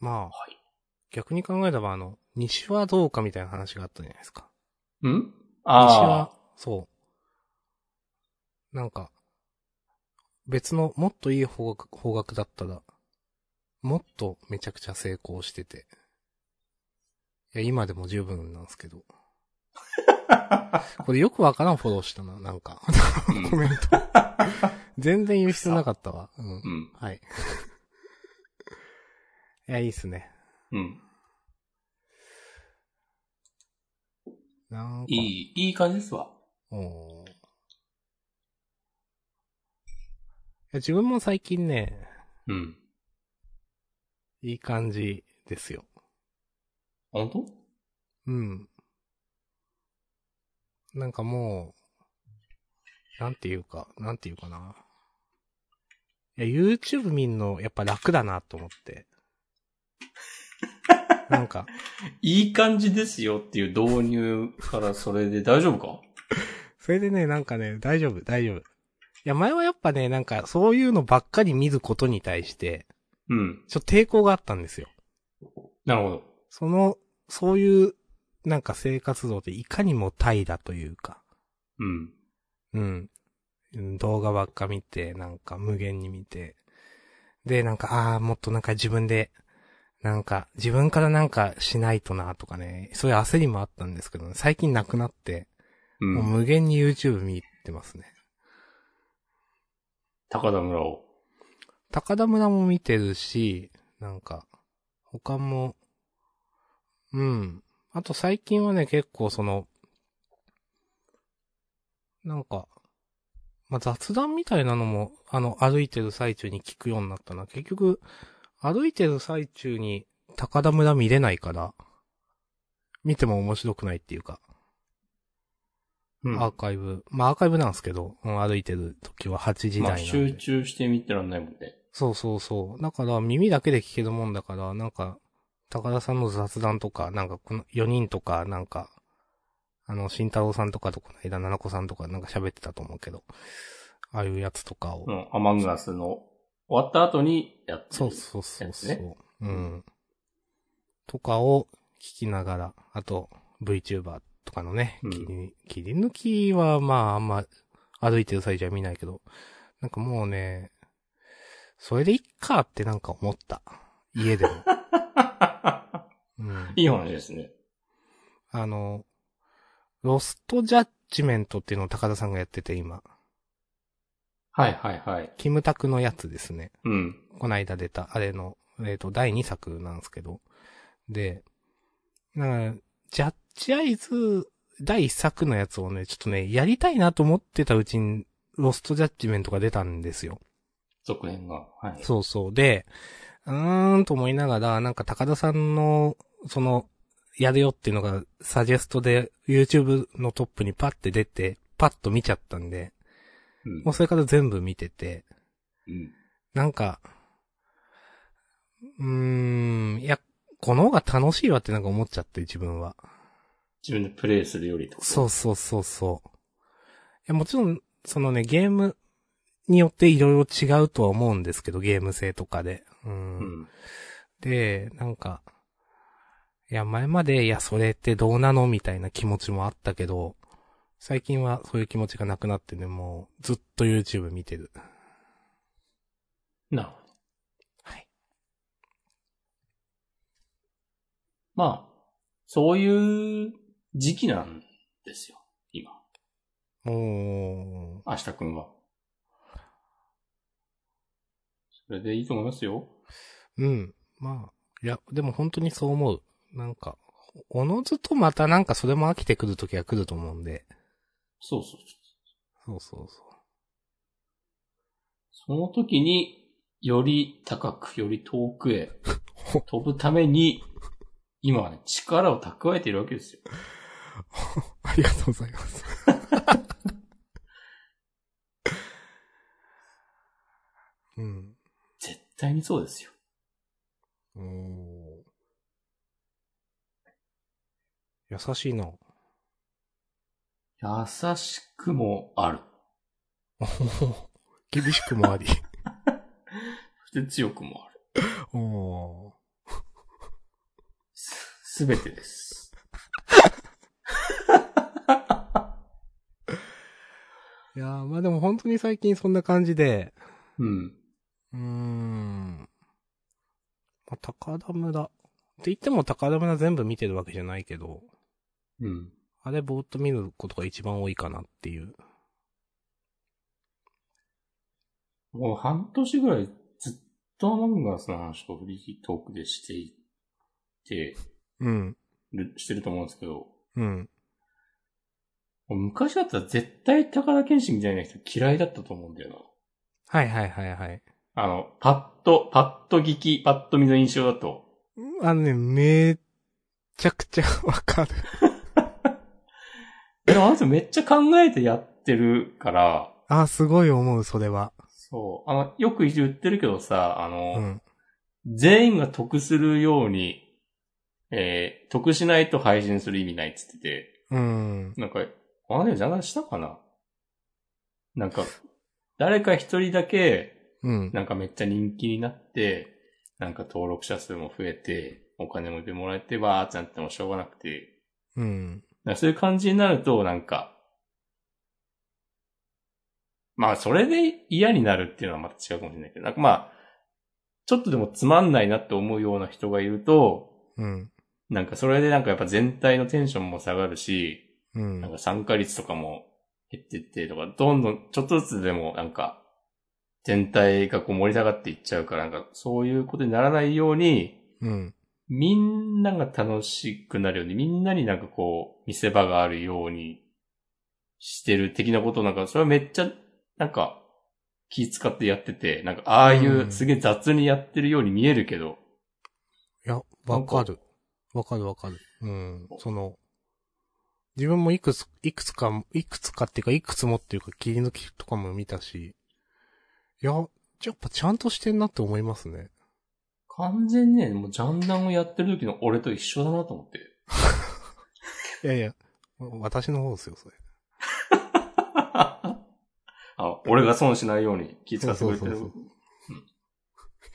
Speaker 1: まあ、
Speaker 2: はい
Speaker 1: 逆に考えれば、あの、西はどうかみたいな話があったじゃないですか。
Speaker 2: うん
Speaker 1: 西
Speaker 2: あ
Speaker 1: は、そう。なんか、別のもっといい方角方角だったら、もっとめちゃくちゃ成功してて。いや、今でも十分なんですけ ど。
Speaker 2: あ。
Speaker 1: これよくわからんフォローしたな、なんか。
Speaker 2: うん
Speaker 1: コメント。全然言う必要なかったわ。うん
Speaker 2: う。ん。
Speaker 1: はい。 いや、いいっすね。
Speaker 2: うん。
Speaker 1: なんか。
Speaker 2: いい、いい感じですわ。
Speaker 1: おーいや自分も最近ね、
Speaker 2: うん。
Speaker 1: いい感じですよ。
Speaker 2: 本当
Speaker 1: うん。なんかもう、なんていうか、なんていうかな。いや、YouTube 見んの、やっぱ楽だなと思って。なんか、
Speaker 2: いい感じですよっていう導入からそれで大丈夫か
Speaker 1: それでね、なんかね、大丈夫、大丈夫。いや、前はやっぱね、なんか、そういうのばっかり見ることに対して、
Speaker 2: うん。
Speaker 1: ちょっと抵抗があったんですよ。
Speaker 2: なるほど。
Speaker 1: その、そういう、なんか生活像っていかにも怠惰というか、
Speaker 2: うん。
Speaker 1: うん。うん動画ばっか見て、なんか無限に見て。で、なんか、ああ、もっとなんか自分で、なんか、自分からなんかしないとなとかね、そういう焦りもあったんですけど、ね、最近なくなって、
Speaker 2: う。
Speaker 1: もうん無限に YouTube 見てますね。
Speaker 2: 高田村を。
Speaker 1: 高田村も見てるし、なんか、他も、うん。あと最近はね、結構その、なんか、まあ、雑談みたいなのも、あの、歩いてる最中に聞くようになったな。結局、歩いてる最中に高田村見れないから、見ても面白くないっていうか、
Speaker 2: うん。
Speaker 1: アーカイブ、まあ、アーカイブなんですけど、うん歩いてる時は8時台
Speaker 2: ま
Speaker 1: な
Speaker 2: あ、
Speaker 1: んで。
Speaker 2: 集中して見てらんないもんね。
Speaker 1: そうそうそう。だから耳だけで聞けるもんだから、なんか、高田さんの雑談とか、なんかこの4人とか、なんか、あの、慎太郎さんとかとこの間、七子さんとかなんか喋ってたと思うけど、ああいうやつとかを。
Speaker 2: うん。アマンガスの終わった後にやってる
Speaker 1: そうそうそうそう、
Speaker 2: やつね
Speaker 1: うん。とかを聞きながら、あと、VTuber とかのね、
Speaker 2: うん
Speaker 1: 切り切り抜きは、まあ、あんま、歩いてる際じゃ見ないけど、なんかもうね、それでいっかってなんか思った。家 でも。うん。
Speaker 2: いい話ですね。
Speaker 1: あの、ロストジャッジメントっていうのを高田さんがやってて今。
Speaker 2: はいはいはい。
Speaker 1: キムタクのやつですね。
Speaker 2: うん。
Speaker 1: こないだ出た、あれの、えっ、と、第2作なんですけど。で、なんか、ジャッジアイズ、第1作のやつをね、ちょっとね、やりたいなと思ってたうちに、ロストジャッジメントが出たんですよ。
Speaker 2: 続編が。はい。
Speaker 1: そうそう。で、うーんと思いながら、なんか高田さんの、その、やるよっていうのが、サジェストで YouTube のトップにパッて出て、パッと見ちゃったんで、
Speaker 2: うん
Speaker 1: もうそれから全部見てて、
Speaker 2: うん。
Speaker 1: なんか、うーん、いや、この方が楽しいわってなんか思っちゃって、自分は。
Speaker 2: 自分でプレイするよりとか。
Speaker 1: そうそうそうそう。いや、もちろん、そのね、ゲームによっていろいろ違うとは思うんですけど、ゲーム性とかで。うん。
Speaker 2: うん。
Speaker 1: で、なんか、いや、前まで、いや、それってどうなのみたいな気持ちもあったけど、最近はそういう気持ちがなくなってね、もう、ずっと YouTube 見てる。
Speaker 2: なるほど。
Speaker 1: はい。
Speaker 2: まあ、そういう時期なんですよ。今。
Speaker 1: も
Speaker 2: 明日くんは。それでいいと思いますよ。
Speaker 1: う、うん。まあ、いや、でも本当にそう思う。なんか、おのずとまたなんかそれも飽きてくる時は来ると思うんで。
Speaker 2: そうそうそう。
Speaker 1: そうそう そう。
Speaker 2: その時に、より高く、より遠く へ飛ぶために、今はね、力を蓄えているわけですよ。
Speaker 1: ありがとうございます。 うん。
Speaker 2: 絶対にそうですよ。
Speaker 1: おー優しいな。
Speaker 2: 優しくもある。
Speaker 1: おー厳しくもあり。
Speaker 2: そして強くもある。
Speaker 1: おー
Speaker 2: すすべてです。
Speaker 1: いやーまあでも本当に最近そんな感じで、
Speaker 2: うん。
Speaker 1: うーん。まあ、高田村。って言っても高田村全部見てるわけじゃないけど、
Speaker 2: うん。
Speaker 1: あれぼーっと見ることが一番多いかなっていう。
Speaker 2: もう半年ぐらいずっとアマンガスの話をフリートークでしていて
Speaker 1: うん。
Speaker 2: る、してると思うんですけど、も
Speaker 1: うん。
Speaker 2: う昔だったら絶対高田健志みたいな人嫌いだったと思うんだよな。
Speaker 1: はいはいはいはい。
Speaker 2: あの、パッと、パッと聞き、パッと見の印象だと、
Speaker 1: あのね、めっちゃくちゃわかる。
Speaker 2: でもあの人めっちゃ考えてやってるから、
Speaker 1: あ、すごい思う、それは。
Speaker 2: そう、あの、よく言ってるけどさ、あ
Speaker 1: う
Speaker 2: の、
Speaker 1: ん。
Speaker 2: 全員が得するように、えー、得しないと配信する意味ないっつってて、
Speaker 1: うん。
Speaker 2: なんか、あのね、邪魔したかななんか、誰か一人だけ、
Speaker 1: うん。
Speaker 2: なんかめっちゃ人気になって、なんか登録者数も増えて、お金もでもらえて、ばーってなってもしょうがなくて、
Speaker 1: うん。
Speaker 2: なんかそういう感じになると、なんか、まあ、それで嫌になるっていうのはまた違うかもしれないけど、なんかまあ、ちょっとでもつまんないなって思うような人がいると、
Speaker 1: うん。
Speaker 2: なんかそれでなんかやっぱ全体のテンションも下がるし、
Speaker 1: う
Speaker 2: なん
Speaker 1: ん。
Speaker 2: か参加率とかも減ってってとか、どんどんちょっとずつでもなんか、全体がこう盛り上がっていっちゃうから、なんかそういうことにならないように、
Speaker 1: うん。
Speaker 2: みんなが楽しくなるように、みんなになんかこう、見せ場があるようにしてる的なことをなんか、それはめっちゃ、なんか、気使ってやってて、なんか、ああい
Speaker 1: うん
Speaker 2: うすげえ雑にやってるように見えるけど、
Speaker 1: いや、わかる。わかるわかる。うん。その、自分もいくつ、いくつか、いくつかっていうか、いくつもっていうか、切り抜きとかも見たし、いや、やっぱちゃんとしてんなって思いますね。
Speaker 2: 完全にね、もうジャンダンをやってる時の俺と一緒だなと思って。
Speaker 1: いやいや、私の方ですよ、それ。
Speaker 2: あ、俺が損しないように気遣ってくれてる。
Speaker 1: そうそううい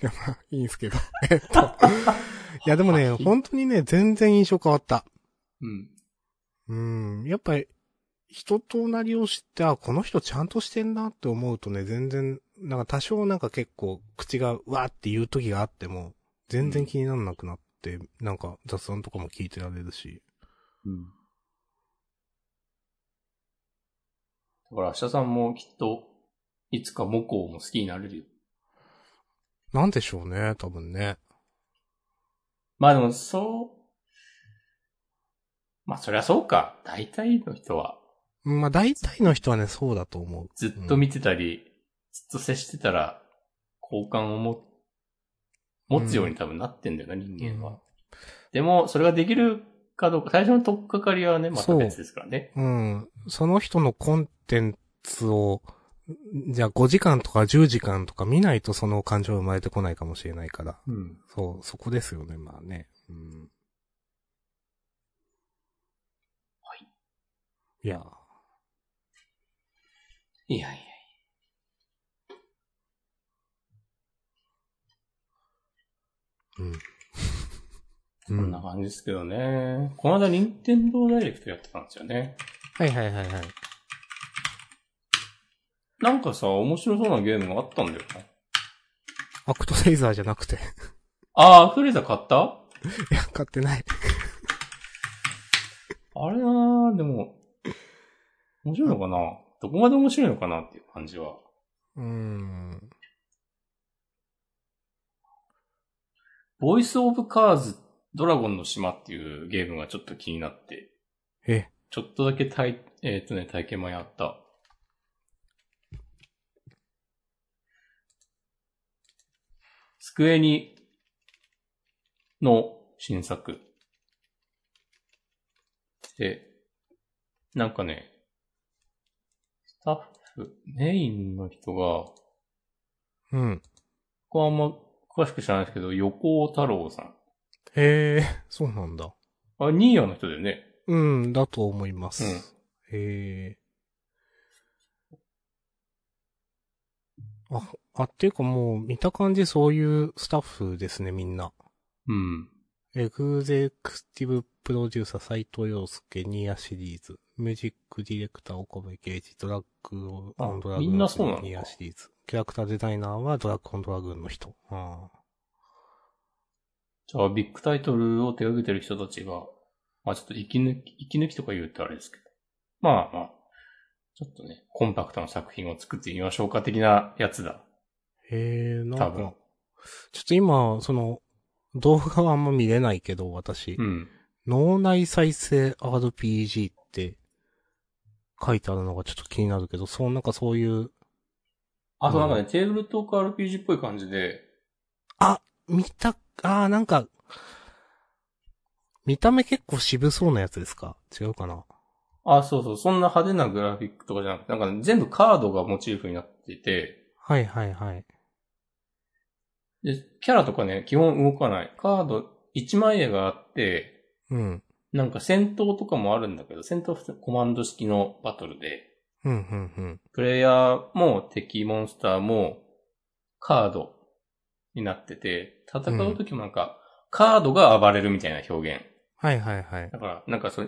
Speaker 1: や、まあ、いいんですけど。えっと。いや、でも ね、本当にね、全然印象変わった。
Speaker 2: ん。
Speaker 1: うん。やっぱり、人となりを知って、あ、この人ちゃんとしてんなって思うとね、全然、なんか多少なんか結構口がわーって言う時があっても、全然気にならなくなって、なんか雑音とかも聞いてられるし。
Speaker 2: うん。だから、明日さんもきっと、いつか母校も好きになれるよ。
Speaker 1: なんでしょうね、多分ね。
Speaker 2: まあでも、そう、まあそりゃそうか。大体の人は、
Speaker 1: うんまあ大体の人はね、そうだと思う。
Speaker 2: ずっと見てたり、ずっと接してたら、好感をも、持つように多分なってんだよな、人間は。でも、それができるかどうか、最初の取っかかりはね、また別ですからね。
Speaker 1: うん。その人のコンテンツをじゃあ5時間とか10時間とか見ないとその感情生まれてこないかもしれないから。
Speaker 2: うん。
Speaker 1: そう、そこですよね、まあね。うん。
Speaker 2: はい。
Speaker 1: いや、
Speaker 2: いやいやいや。
Speaker 1: うん。
Speaker 2: こんな感じですけどね。この間、任天堂ダイレクトやってたんですよね。
Speaker 1: はいはいはいはい。
Speaker 2: なんかさ、面白そうなゲームがあったんだよな。
Speaker 1: アクトレイザーじゃなくて。
Speaker 2: あー、フレーザー買った
Speaker 1: いや、買ってない。
Speaker 2: あれなー、でも、面白いのかなどこまで面白いのかなっていう感じは。
Speaker 1: うーん。
Speaker 2: ボイスオブカーズ、ドラゴンの島っていうゲームがちょっと気になって、
Speaker 1: え、
Speaker 2: ちょっとだけ体、えーっ、とね、体験前あった。机に、の新作。で、なんかね、スタッフ、メインの人が、
Speaker 1: うん。
Speaker 2: ここはあんま詳しく知らないですけど、横尾太郎さん。
Speaker 1: へえ、そうなんだ。
Speaker 2: あ、ニーヤの人だよね。
Speaker 1: うん、だと思います。
Speaker 2: うん
Speaker 1: へえ。あ、あ、っていうかもう見た感じそういうスタッフですね、みんな。
Speaker 2: うん。
Speaker 1: エグゼクティブプロデューサー斎藤洋介ニアシリーズ。ミュージックディレクター岡部圭一、ドラッグオンドラグーン
Speaker 2: みんなそうなのか
Speaker 1: ニアシリーズ。キャラクターデザイナーはドラッグオンドラグーンの人。ああ
Speaker 2: じゃあ、ビッグタイトルを手掛けてる人たちが、まあちょっと息抜き、息抜きとか言うとあれですけど。まあまあ、ちょっとね、コンパクトな作品を作ってみましょうか的なやつだ。
Speaker 1: へえ、なん
Speaker 2: 多
Speaker 1: か、
Speaker 2: 分。
Speaker 1: ちょっと今、その、動画はあんま見れないけど、私。
Speaker 2: うん。
Speaker 1: 脳内再生 RPG って書いてあるのがちょっと気になるけど、そのなんかそういう、
Speaker 2: あとなんかね、
Speaker 1: う
Speaker 2: テーブルトーク RPG っぽい感じで、
Speaker 1: あ、見た、あーなんか、見た目結構渋そうなやつですか違うかな
Speaker 2: あ、そうそう、そんな派手なグラフィックとかじゃなくて、なんかね、全部カードがモチーフになっていて、
Speaker 1: はいはいはい。
Speaker 2: で、キャラとかね、基本動かない。カード1枚絵があって、
Speaker 1: うん。
Speaker 2: なんか戦闘とかもあるんだけど、戦闘は普通にコマンド式のバトルで、
Speaker 1: うん、うん、うん。
Speaker 2: プレイヤーも敵モンスターもカードになってて、戦う時もなんか、カードが暴れるみたいな表現。
Speaker 1: はいはいはい。
Speaker 2: だから、なんかそれ、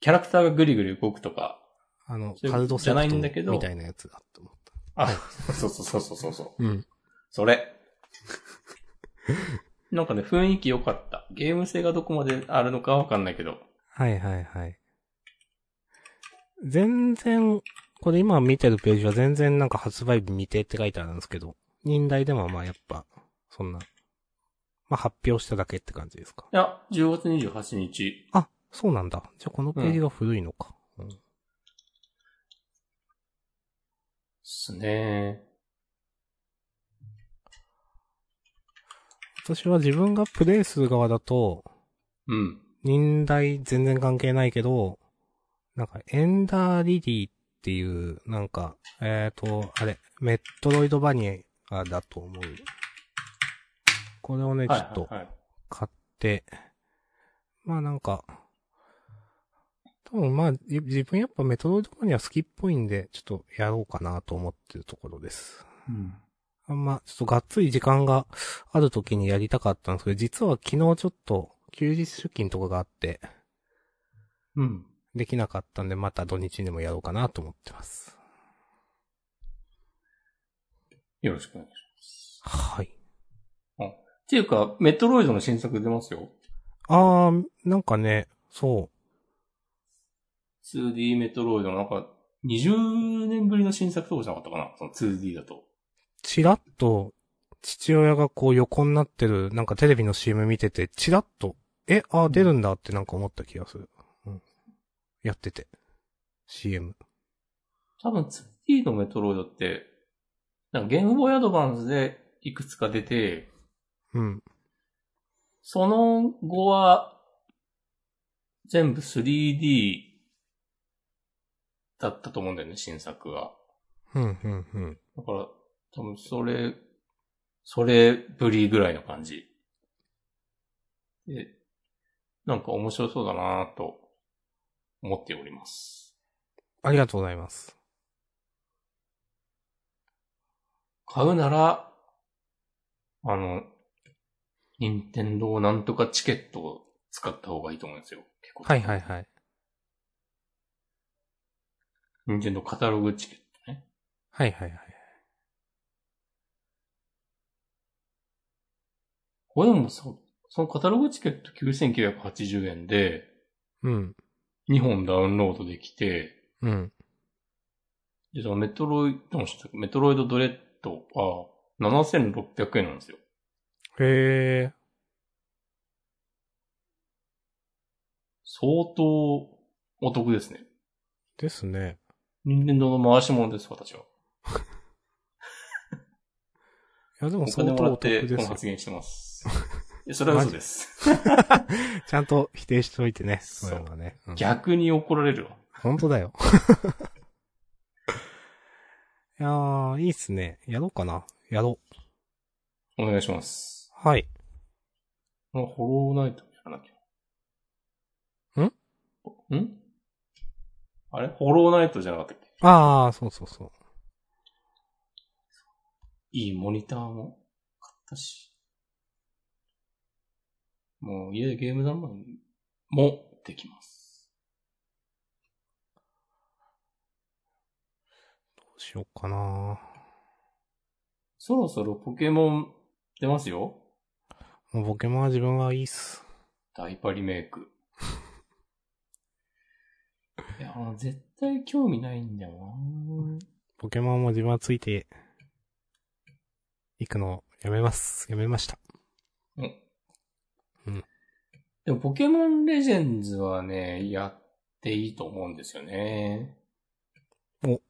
Speaker 2: キャラクターがぐりぐり動くとか、
Speaker 1: あの
Speaker 2: そうい、う
Speaker 1: カルドセ
Speaker 2: じゃないんだ
Speaker 1: プ
Speaker 2: け
Speaker 1: ト
Speaker 2: ど
Speaker 1: みたいなやつだと思った。
Speaker 2: あ、 そうそうそうそうそうそう。
Speaker 1: うん。
Speaker 2: それ。 なんかね、雰囲気良かった。ゲーム性がどこまであるのかわかんないけど。
Speaker 1: はいはいはい。全然、これ今見てるページは全然なんか発売日未定って書いてあるんですけど、忍耐でもまあやっぱ、そんな、まあ発表しただけって感じですか。
Speaker 2: いや、10月28日。
Speaker 1: あ、そうなんだ。じゃあこのページが古いのか。うん
Speaker 2: ですね。
Speaker 1: 私は自分がプレイする側だと、
Speaker 2: うん。
Speaker 1: 忍耐全然関係ないけど、なんかエンダーリリーっていう、なんか、えっ、ー、と、あれ、メットロイドバニアだと思う。これをね、ちょ
Speaker 2: はい
Speaker 1: っと
Speaker 2: はいはい。
Speaker 1: 買って、まあなんか、多分まあ、じ自分やっぱメトロイドバニア好きっぽいんで、ちょっとやろうかなと思ってるところです。
Speaker 2: うん。
Speaker 1: あんま、ちょっとがっつり時間がある時にやりたかったんですけど、実は昨日ちょっと休日出勤とかがあって、
Speaker 2: うん。
Speaker 1: できなかったんで、また土日にもやろうかなと思ってます。
Speaker 2: よろしくお願いします。
Speaker 1: はい。
Speaker 2: っていうか、メトロイドの新作出ますよ。
Speaker 1: あー、なんかね、そ
Speaker 2: 2D メトロイドのなんか、20年ぶりの新作とかじゃなかったかなその 2D だと。
Speaker 1: う、チラッと、父親がこう横になってる、なんかテレビの CM 見てて、チラッと、え、あー出るんだってなんか思った気がする。うん。やってて。CM。
Speaker 2: 多分 2D のメトロイドって、なんかゲームボーイアドバンスでいくつか出て、
Speaker 1: うん。
Speaker 2: その後は、全部 3D だったと思うんだよね、新作が。
Speaker 1: うん、うん、うん。
Speaker 2: だから、多分それ、それぶりぐらいの感じ。で、なんか面白そうだなぁと思っております。
Speaker 1: ありがとうございます。
Speaker 2: 買うなら、あの、任天堂なんとかチケットを使った方がいいと思うんですよ。結構。
Speaker 1: はいはいはい。
Speaker 2: 任天堂カタログチケットね。
Speaker 1: はいはいはい。
Speaker 2: これでもさ、そのカタログチケット9980円で、
Speaker 1: うん、
Speaker 2: 2本ダウンロードできて、
Speaker 1: うん。
Speaker 2: で、そのメトロイド、どうしたメトロイドドレッドは7600円なんですよ。
Speaker 1: へえ、
Speaker 2: 相当お得ですね。
Speaker 1: ですね。
Speaker 2: 任天堂の回し物です、私は。
Speaker 1: いやで
Speaker 2: お
Speaker 1: も
Speaker 2: 金
Speaker 1: 相
Speaker 2: も
Speaker 1: 当
Speaker 2: ら
Speaker 1: お
Speaker 2: っ
Speaker 1: 得
Speaker 2: て、こ
Speaker 1: で
Speaker 2: の
Speaker 1: すよ。
Speaker 2: 発言してます。いや、それは嘘です。
Speaker 1: ちゃんと否定しといてね。そういうのはね。うん
Speaker 2: 逆に怒られるわ。
Speaker 1: 本当だよ。 いやー、いいっすね。やろうかな。やろう。
Speaker 2: お願いします。
Speaker 1: はい。
Speaker 2: あ、ホローナイトもやらなきゃ。んんあれホローナイトじゃなかったっけ
Speaker 1: あー、そうそうそう。
Speaker 2: いいモニターも買ったし。もう家でゲーム三昧もできます。
Speaker 1: どうしようかな
Speaker 2: そろそろポケモン出ますよ。
Speaker 1: もうポケモンは自分はいいっす。
Speaker 2: ダイパリメイク。いや、もう絶対興味ないんだよな
Speaker 1: ポケモンも自分はついて、行くのをやめます。やめました。
Speaker 2: でもポケモンレジェンズはね、やっていいと思うんですよね。
Speaker 1: お。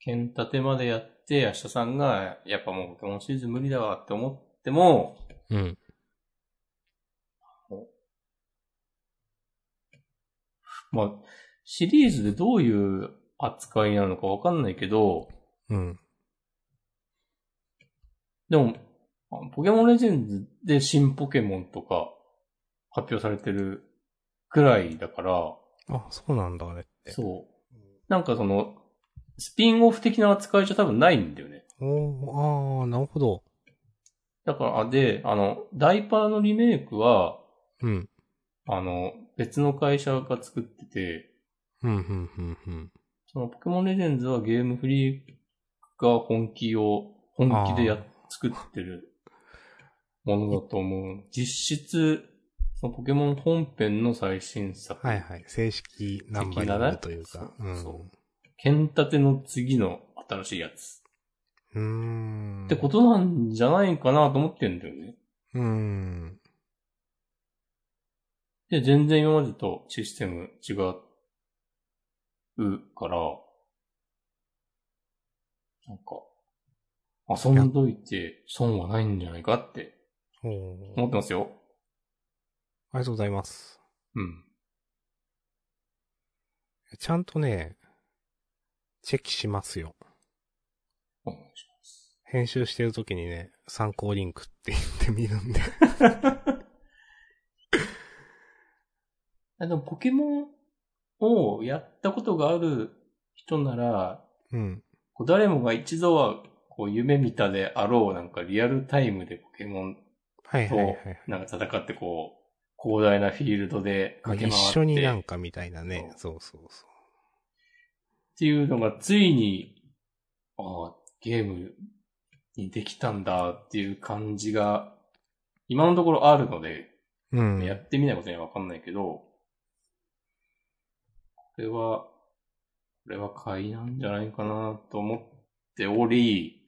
Speaker 2: 剣盾までやって、明日さんが、やっぱもうポケモンシリーズ無理だわって思っても、
Speaker 1: うん。
Speaker 2: まあ、シリーズでどういう扱いなのかわかんないけど、
Speaker 1: うん。
Speaker 2: でも、あのポケモンレジェンズで新ポケモンとか発表されてるくらいだから、
Speaker 1: あ、そうなんだ、あれって。
Speaker 2: そう。なんかその、スピンオフ的な扱いじゃ多分ないんだよね。
Speaker 1: おー、あー、なるほど。
Speaker 2: だから、あで、あの、ダイパーのリメイクは、
Speaker 1: うん。
Speaker 2: あの、別の会社が作ってて、
Speaker 1: うん、うん、うん、うん。
Speaker 2: そのポケモンレジェンズはゲームフリークが本気を、本気でや
Speaker 1: あー、
Speaker 2: 作ってるものだと思う。実質、そのポケモン本編の最新作。
Speaker 1: はいはい。正式ナンバリングというか。
Speaker 2: 的なねそう
Speaker 1: うん
Speaker 2: 剣盾の次の新しいやつ。
Speaker 1: うーん。
Speaker 2: ってことなんじゃないかなと思ってんだよね。
Speaker 1: うーん。
Speaker 2: で、全然今までとシステム違うから、なんか、遊んどいて損はないんじゃないかって
Speaker 1: おー
Speaker 2: 思ってますよ。
Speaker 1: ありがとうございます。
Speaker 2: うん。
Speaker 1: ちゃんとね、チェックしますよ。
Speaker 2: お願いします。
Speaker 1: 編集してる時にね、参考リンクって言ってみるんで。
Speaker 2: あでもポケモンをやったことがある人なら、
Speaker 1: うん。
Speaker 2: こう誰もが一度はこう夢見たであろうなんかリアルタイムでポケモン
Speaker 1: はいはいはい
Speaker 2: と。なんか戦ってこう、広大なフィールドで
Speaker 1: まあ、
Speaker 2: 駆け
Speaker 1: 一
Speaker 2: 回
Speaker 1: 緒
Speaker 2: って。
Speaker 1: になんかみたいなね。そうそうそ
Speaker 2: っていうのがついに、ああ、ゲームにできたんだっていう感じが、今のところあるので、
Speaker 1: う。うん。
Speaker 2: やってみないことにはわかんないけど、これは、これは買いなんじゃないかなと思っており、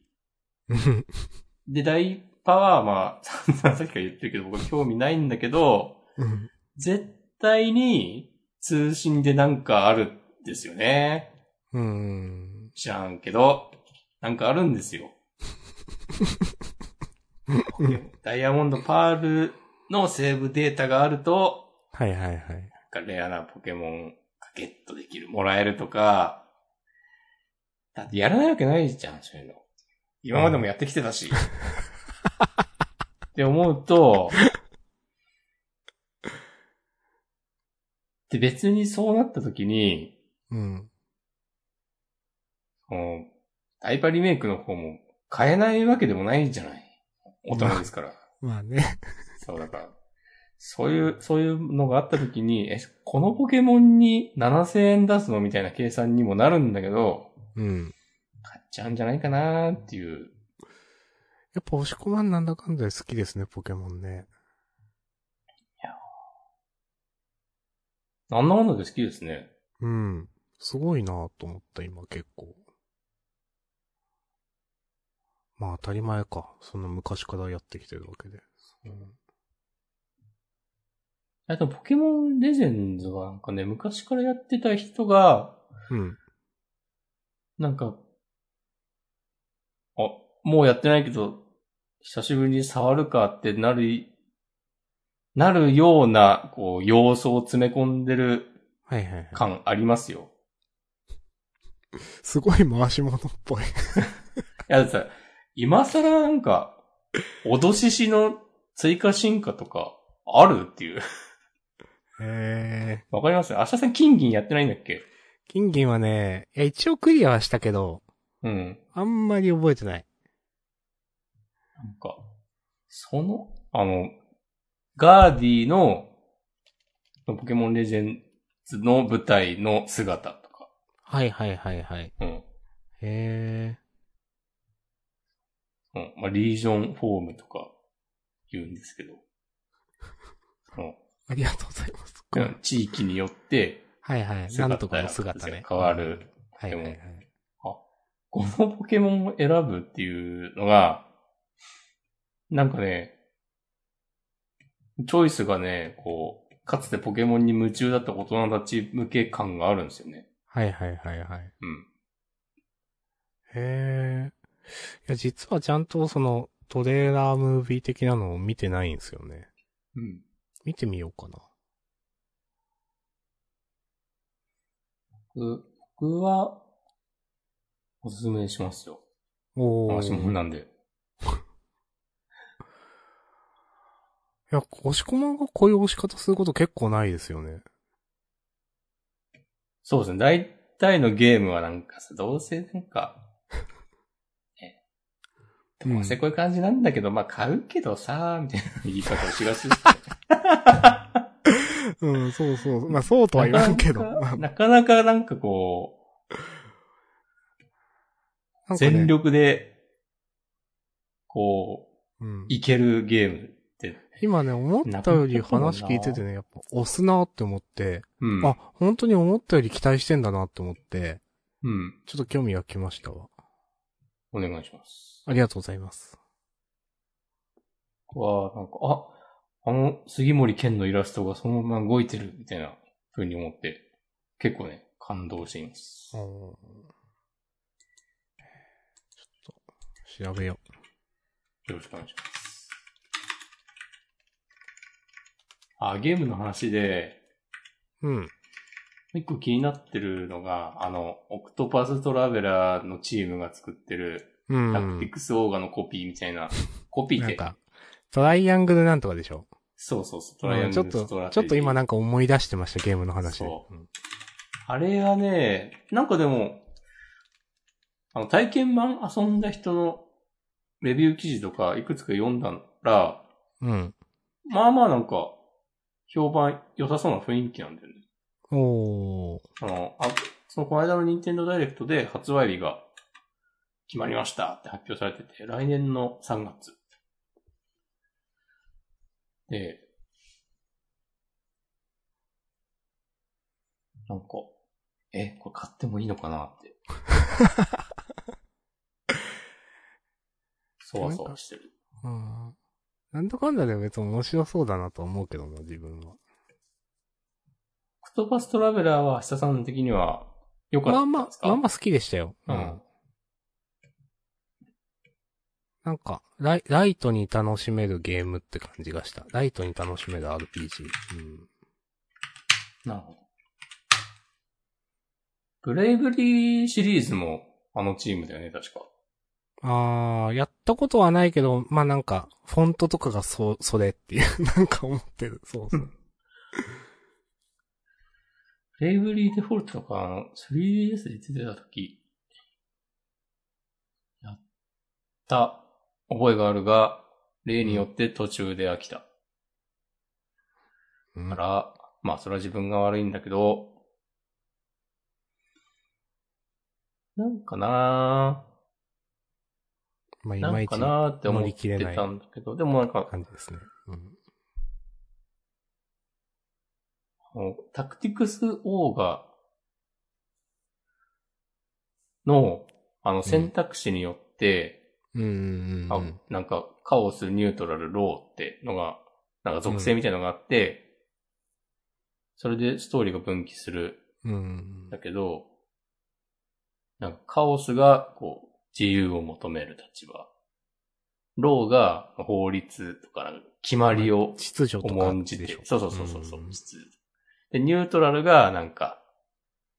Speaker 1: うん
Speaker 2: で、ダイパは、まあ、 さっきから言ってるけど、僕は興味ないんだけど、
Speaker 1: うん
Speaker 2: 絶対に通信でなんかあるんですよね。
Speaker 1: うん。
Speaker 2: 知らんけど、なんかあるんですよ。
Speaker 1: うん
Speaker 2: ダイヤモンドパールのセーブデータがあると、
Speaker 1: はいはいはい。
Speaker 2: かレアなポケモンがゲットできる、もらえるとか、だってやらないわけないじゃん、そういうの。今までもやってきてたし。って思うと、で別にそうなった時に、
Speaker 1: うん。
Speaker 2: そのダイパリメイクの方も変えないわけでもないじゃない。大人ですから。
Speaker 1: まあね。
Speaker 2: そう、だから、そういう、そういうのがあった時に、え、このポケモンに7000円出すのみたいな計算にもなるんだけど、
Speaker 1: うん。
Speaker 2: 買っちゃうんじゃないかなーっていう。
Speaker 1: やっぱ押し込まんなんだかんだで好きですね、ポケモンね。
Speaker 2: なんなもんだで好きですね。
Speaker 1: うん。すごいなぁと思った、今結構。まあ当たり前か。その昔からやってきてるわけで。
Speaker 2: あと、ポケモンレジェンズはなんかね、昔からやってた人が、
Speaker 1: うん。
Speaker 2: なんか、あ、もうやってないけど、久しぶりに触るかってなる、なるような、こう、要素を詰め込んでる
Speaker 1: はいはいはい。
Speaker 2: 感ありますよ。
Speaker 1: すごい回し物っぽい。
Speaker 2: いや、だってさ、今更なんか、脅ししの追加進化とか、あるっていう。
Speaker 1: へえ。
Speaker 2: わかります明日さん金銀やってないんだっけ
Speaker 1: 金銀はね、いや一応クリアはしたけど、
Speaker 2: うん。
Speaker 1: あんまり覚えてない。
Speaker 2: なんか、その、あの、ガーディの、ポケモンレジェンズの舞台の姿とか。
Speaker 1: はいはいはいはい。
Speaker 2: うん。
Speaker 1: へえ。
Speaker 2: うん。まあ、リージョンフォームとか言うんですけど。うん
Speaker 1: ありがとうございます。
Speaker 2: うん。地域によって、
Speaker 1: はいはい。
Speaker 2: 姿
Speaker 1: な
Speaker 2: や
Speaker 1: んとかの姿ね。
Speaker 2: 変わる。
Speaker 1: はいはいはい。
Speaker 2: このポケモンを選ぶっていうのが、なんかね、チョイスがね、こう、かつてポケモンに夢中だった大人たち向け感があるんですよね。
Speaker 1: はいはいはいはい。
Speaker 2: うん。
Speaker 1: へえ。いや、実はちゃんとそのトレーラームービー的なのを見てないんですよね。
Speaker 2: うん。
Speaker 1: 見てみようかな。
Speaker 2: 僕僕は、おすすめしますよ。
Speaker 1: お
Speaker 2: 私も
Speaker 1: ー。い
Speaker 2: なんで。
Speaker 1: や、押し込まんがこういう押し方すること結構ないですよ ね。
Speaker 2: そうですね。大体のゲームはなんかさ、どうせなんか、 ね
Speaker 1: うん
Speaker 2: どうせこういう感じなんだけど、まあ買うけどさ、みたいな言い方をしがちです
Speaker 1: うん、そうそう。まあ、そうとは言わんけど。
Speaker 2: な
Speaker 1: ま
Speaker 2: か
Speaker 1: あ
Speaker 2: なかなかなんかこう、
Speaker 1: なんかね
Speaker 2: 全。力で、こう、
Speaker 1: うん
Speaker 2: いけるゲームって。
Speaker 1: 今ね、思ったより話聞いててね、やっぱ押すなって思って、
Speaker 2: うん。
Speaker 1: あ、本当に思ったより期待してんだなって思って、
Speaker 2: うん。
Speaker 1: ちょっと興味が来ましたわ。
Speaker 2: お願いします。
Speaker 1: ありがとうございます。
Speaker 2: わあ、なんか、あ、あの杉森健のイラストがそのまま動いてるみたいな風に思って、結構ね、感動しています。
Speaker 1: うんちょっと、調べよう。
Speaker 2: よろしくお願いします。あ、ゲームの話で、
Speaker 1: うん。
Speaker 2: 一個気になってるのが、あの、オクトパストラベラーのチームが作ってる、
Speaker 1: う
Speaker 2: タクティ
Speaker 1: ん。
Speaker 2: クスオーガのコピーみたいな、コピーっ
Speaker 1: なん
Speaker 2: て、
Speaker 1: か、トライアングルなんとかでしょ
Speaker 2: そうそうそう、トライア
Speaker 1: うん
Speaker 2: ング
Speaker 1: ちょっ
Speaker 2: ル
Speaker 1: と、
Speaker 2: ストラ
Speaker 1: ちょっと今
Speaker 2: な。
Speaker 1: なんか思い出してました、ゲームの話で。
Speaker 2: そ
Speaker 1: うん
Speaker 2: あれはね、なんかでも、あの、体験版遊んだ人のレビュー記事とかいくつか読んだら、
Speaker 1: うん。
Speaker 2: まあまあなんか、評判良さそうな雰囲気なんだよね。
Speaker 1: おー。
Speaker 2: あの、あそのこの間の任天堂ダイレクトで発売日が決まりましたって発表されてて、来年の3月。で、なんか、え、これ買ってもいいのか なって。そわそわしてる。
Speaker 1: うんなんだかんだで別に面白そうだなと思うけどな、自分は。
Speaker 2: クトパストラベラーは久さん的には良かっ
Speaker 1: ま
Speaker 2: た
Speaker 1: あ
Speaker 2: ん
Speaker 1: ま
Speaker 2: です
Speaker 1: あ、
Speaker 2: か
Speaker 1: まあまあ好きでしたよ。
Speaker 2: うん。
Speaker 1: なんか、ライ、ライトに楽しめるゲームって感じがした。ライトに楽しめる RPG。うん。
Speaker 2: なるほど。ブレイブリーシリーズもあのチームだよね、確か。
Speaker 1: あー、やったことはないけど、まあなんか、フォントとかがそ、それっていう、 なんか思ってる。そうそう。
Speaker 2: ブレイブリーデフォルトとか、あの、3DS で出てた時、やった覚えがあるが、例によって途中で飽きた。
Speaker 1: う
Speaker 2: か
Speaker 1: ん、
Speaker 2: ら、まあそれは自分が悪いんだけど、なんかな
Speaker 1: まあ
Speaker 2: ぁ、
Speaker 1: い
Speaker 2: な
Speaker 1: ま
Speaker 2: ん
Speaker 1: い
Speaker 2: か
Speaker 1: ち
Speaker 2: なーって思
Speaker 1: 乗
Speaker 2: っ
Speaker 1: り
Speaker 2: て
Speaker 1: 切れない
Speaker 2: たんだけど、でもなんか、
Speaker 1: 感じですね。うん。
Speaker 2: もうタクティクスオーガの、あの選択肢によって、
Speaker 1: うんうんうんう
Speaker 2: あ
Speaker 1: ん。
Speaker 2: なんか、カオス、ニュートラル、ローってのが、なんか属性みたいなのがあって、それでストーリーが分岐する
Speaker 1: うんうん
Speaker 2: だけど、なんかカオスが、こう、自由を求める立場。ローが法律とか、決まりを
Speaker 1: 秩序とか
Speaker 2: 重
Speaker 1: あっ
Speaker 2: ん
Speaker 1: ちで
Speaker 2: じて
Speaker 1: しょ。。
Speaker 2: そうそうそうそうそう、
Speaker 1: うん
Speaker 2: 秩序で、ニュートラルが、なんか、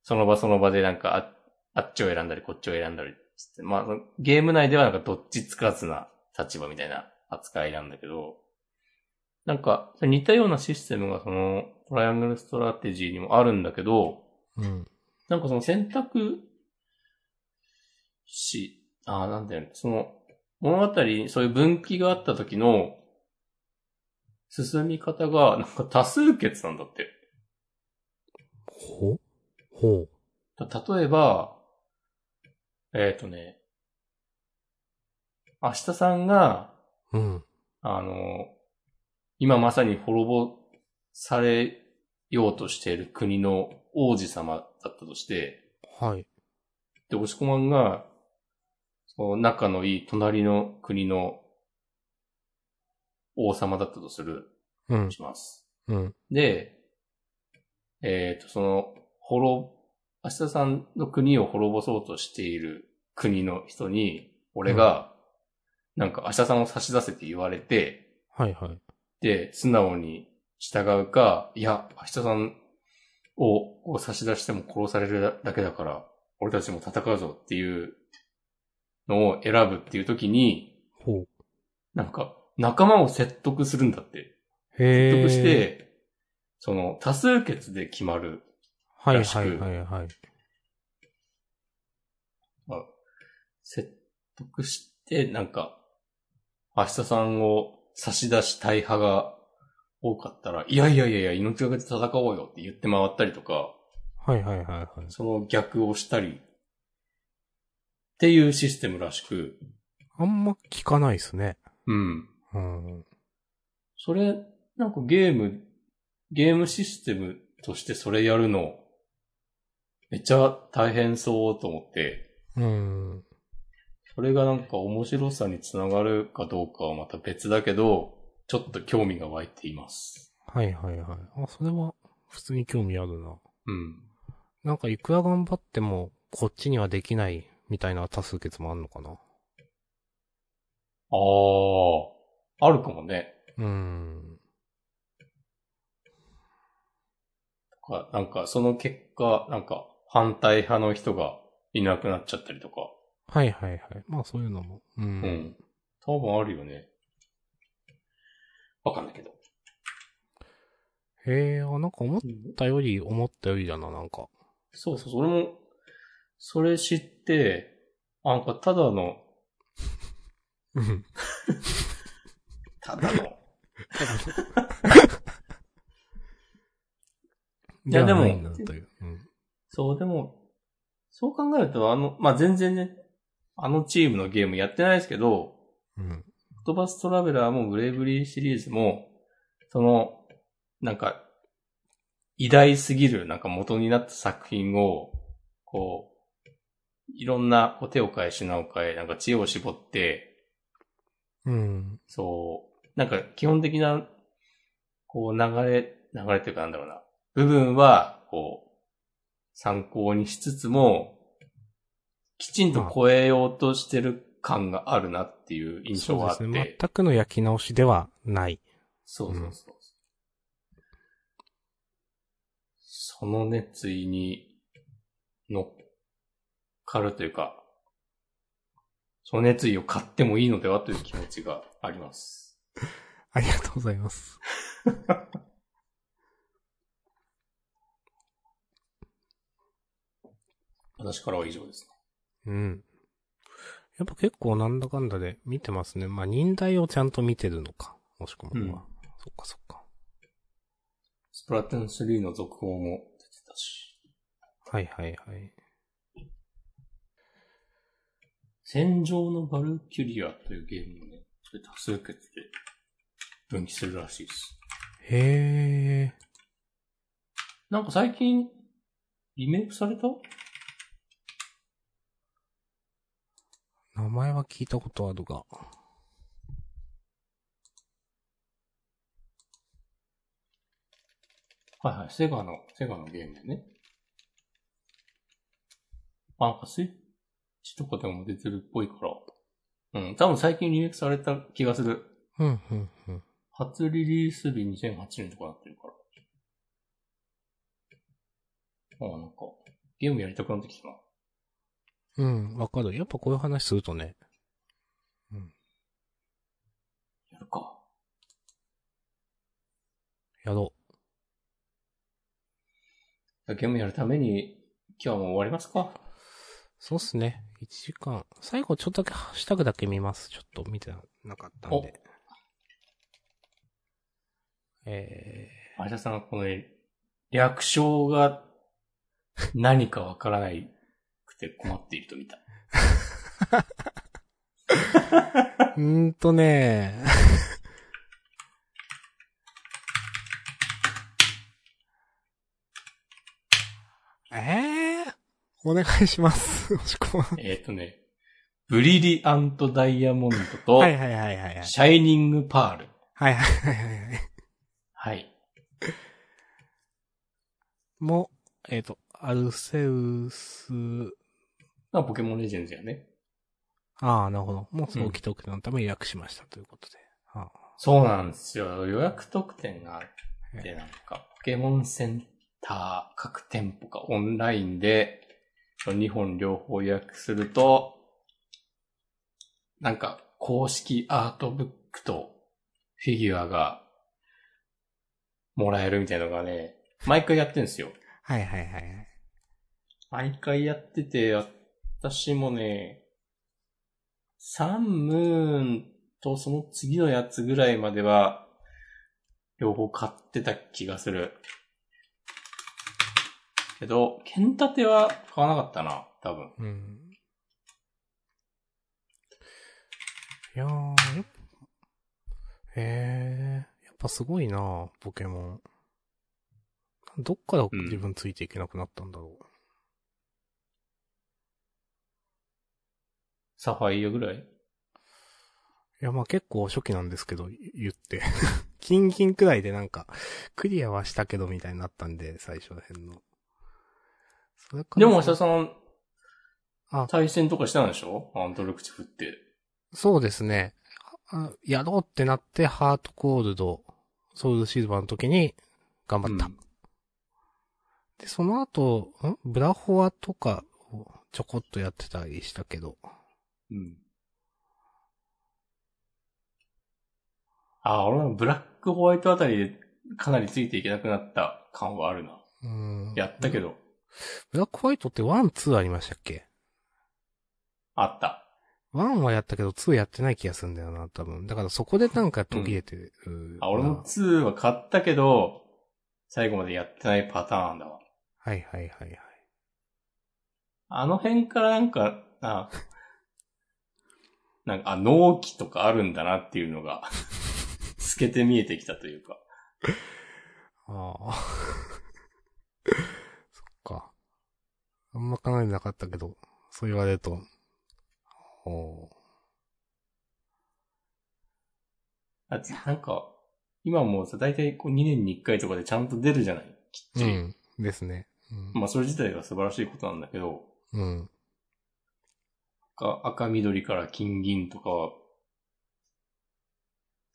Speaker 2: その場その場でなんかあ、あっちを選んだり、こっちを選んだりっつって、まあ、そのゲーム内ではなんかどっちつかずな立場みたいな扱いなんだけど、なんか、似たようなシステムがその、トライアングルストラテジーにもあるんだけど、
Speaker 1: うん。
Speaker 2: なんかその選択し、ああ、なんだよね。その、物語にそういう分岐があった時の、進み方が、なんか多数決なんだって。
Speaker 1: ほほう。
Speaker 2: た例えば、えっ、とね、明日さんが、
Speaker 1: うん。
Speaker 2: あの、今まさに滅ぼされようとしている国の王子様だったとして、
Speaker 1: はい。
Speaker 2: で、押し込まんが、その仲のいい隣の国の王様だったとする、
Speaker 1: うん。
Speaker 2: します。
Speaker 1: うん。
Speaker 2: で、えっ、と、その、滅、明日さんの国を滅ぼそうとしている国の人に、俺が、なんか明日さんを差し出せって言われて、
Speaker 1: はいはい。
Speaker 2: で、素直に従うか、いや、明日さんをこう差し出しても殺されるだけだから、俺たちも戦うぞっていうのを選ぶっていう時に、
Speaker 1: ほう。
Speaker 2: なんか、仲間を説得するんだって。
Speaker 1: へえ。
Speaker 2: 説得して、、その、多数決で決まる。
Speaker 1: はい
Speaker 2: らしく
Speaker 1: はいはいはい。
Speaker 2: あ説得して、なんか、明日さんを差し出したい派が多かったら、いやいやいやいや、命がけで戦おうよって言って回ったりとか、
Speaker 1: はいはいはいはい。
Speaker 2: その逆をしたり、っていうシステムらしく、
Speaker 1: あんま聞かないですね。
Speaker 2: うん。
Speaker 1: うん。
Speaker 2: それ、なんかゲーム、ゲームシステムとしてそれやるの、めっちゃ大変そうと思って、
Speaker 1: うん。
Speaker 2: それがなんか面白さにつながるかどうかはまた別だけど、ちょっと興味が湧いています。
Speaker 1: はいはいはい。あ、それは普通に興味あるな。
Speaker 2: うん。
Speaker 1: なんかいくら頑張ってもこっちにはできないみたいな多数決もあんのかな。
Speaker 2: ああ、あるかもね。
Speaker 1: うん。
Speaker 2: とかなんかその結果、なんか反対派の人がいなくなっちゃったりとか。
Speaker 1: はいはいはい。まあそういうのも。う。
Speaker 2: うんん。多分あるよね。わかんないけど。
Speaker 1: へえ、あ、なんか思ったより思ったよりだな、なんか。
Speaker 2: そうそうそう、俺も、それ知って、あなんかただの、
Speaker 1: うん。
Speaker 2: ただの。
Speaker 1: い
Speaker 2: やでも
Speaker 1: なという。うん。
Speaker 2: そう、でも、そう考えると、あの、まあ、全然ね、あのチームのゲームやってないですけど、
Speaker 1: うん。
Speaker 2: オクトバストラベラーもブレイブリーシリーズも、その、なんか、偉大すぎる、なんか元になった作品を、こう、いろんなこう手を変え品を変え、なんか知恵を絞って、
Speaker 1: うん。
Speaker 2: そう、なんか基本的な、こう流れ、流れっていうかなんだろうな、部分は、こう、参考にしつつも、きちんと超えようとしてる感があるなっていう印象があって。
Speaker 1: そうですね。全くの焼き直しではない。
Speaker 2: そうそうそう。その熱意に乗っかるというか、その熱意を買ってもいいのではという気持ちがあります。
Speaker 1: ありがとうございます。
Speaker 2: 私からは以上ですね。
Speaker 1: うん。やっぱ結構なんだかんだで見てますね。まあ、忍耐をちゃんと見てるのか。もしくは、
Speaker 2: うん
Speaker 1: そっかそっか。
Speaker 2: スプラトゥーン3の続報も出てたし。
Speaker 1: はいはいはい。
Speaker 2: 戦場のバルキュリアというゲームもね、それ多数決で分岐するらしいです。
Speaker 1: へー。
Speaker 2: なんか最近、リメイクされた
Speaker 1: 名前は聞いたことあるが。
Speaker 2: はいはい、セガの、セガのゲームだね。あ、なんかスイッチとかでも出てるっぽいから。うん、多分最近リメイクされた気がする。
Speaker 1: うん、うん、うん。
Speaker 2: 初リリース日2008年とかなってるから。あ、なんか、ゲームやりたくなってきたな。
Speaker 1: うん、わかる。やっぱこういう話するとね。
Speaker 2: やるか。
Speaker 1: やろ
Speaker 2: ゲームやるために、今日はもう終わりますか
Speaker 1: う。そうっすね。1時間。最後ちょっとだけハッシュタグだけ見ます。ちょっと見てなかったん
Speaker 2: お
Speaker 1: で。え
Speaker 2: 有田さんはこの略称が何かわからないくて困っていると見た。
Speaker 1: ー。うーんとね えー、お願いします。 もしくは。
Speaker 2: えっとね、ブリリアントダイヤモンドと
Speaker 1: は、いはいはいはいはい。
Speaker 2: シャイニングパール。
Speaker 1: はいはいはいはいはい。
Speaker 2: はい。
Speaker 1: も、えっ、と、アルセウス、
Speaker 2: まあポケモンレジェンズやね。
Speaker 1: ああ、なるほど。もう早期特典のために予約しましたということで。はあ
Speaker 2: そうなんですよ。予約特典があって、なんか、ポケモンセンター各店舗かオンラインで、2本両方予約すると、なんか、公式アートブックとフィギュアがもらえるみたいなのがね、毎回やってるんですよ。
Speaker 1: はいはいはいはい。
Speaker 2: 毎回やってて、私もね、サンムーンとその次のやつぐらいまでは、両方買ってた気がする。けど、剣立ては買わなかったな、多分。
Speaker 1: うん。いやー、やっぱへえ、やっぱすごいなあポケモン。どっから
Speaker 2: ん
Speaker 1: 自分ついていけなくなったんだろ。
Speaker 2: サファイアぐらいう
Speaker 1: いや、まあ結構初期なんですけど、い言って。 キンキンくらいでなんか、クリアはしたけどみたいになったんで、最初ら辺の。それから
Speaker 2: でも、明日さん、
Speaker 1: あ
Speaker 2: 対戦とかしたんでしょアントルクチフって。
Speaker 1: そうですね。あやろうってなって、ハートコールド、ソウルシルバーの時に頑張った。
Speaker 2: うん
Speaker 1: で、その後、んブラホアとかをちょこっとやってたりしたけど。
Speaker 2: うん。あ、俺もブラックホワイトあたりでかなりついていけなくなった感はあるな。
Speaker 1: うん。
Speaker 2: やったけど、
Speaker 1: ブラックホワイトって1、2ありましたっけ
Speaker 2: あった。
Speaker 1: ?1 はやったけど2やってない気がするんだよな、多分。だからそこでなんか途切れてる。
Speaker 2: あ、俺も2は買ったけど、最後までやってないパターンだわ。
Speaker 1: はいはいはいはい。
Speaker 2: あの辺からなんか、あ、 なんか、あ、納期とかあるんだなっていう のが、透けて見えてきたというか。
Speaker 1: ああ。 そっか。あんま考えてなかったけど、そう言われると。おー
Speaker 2: あなんか、今もうさ、だいたいこう2年に1回とかでちゃんと出るじゃないきっ
Speaker 1: う
Speaker 2: ちり。
Speaker 1: ん。ですね。
Speaker 2: まあ、それ自体が素晴らしいことなんだけど、
Speaker 1: うん。うん。
Speaker 2: 赤赤緑から金銀とかは、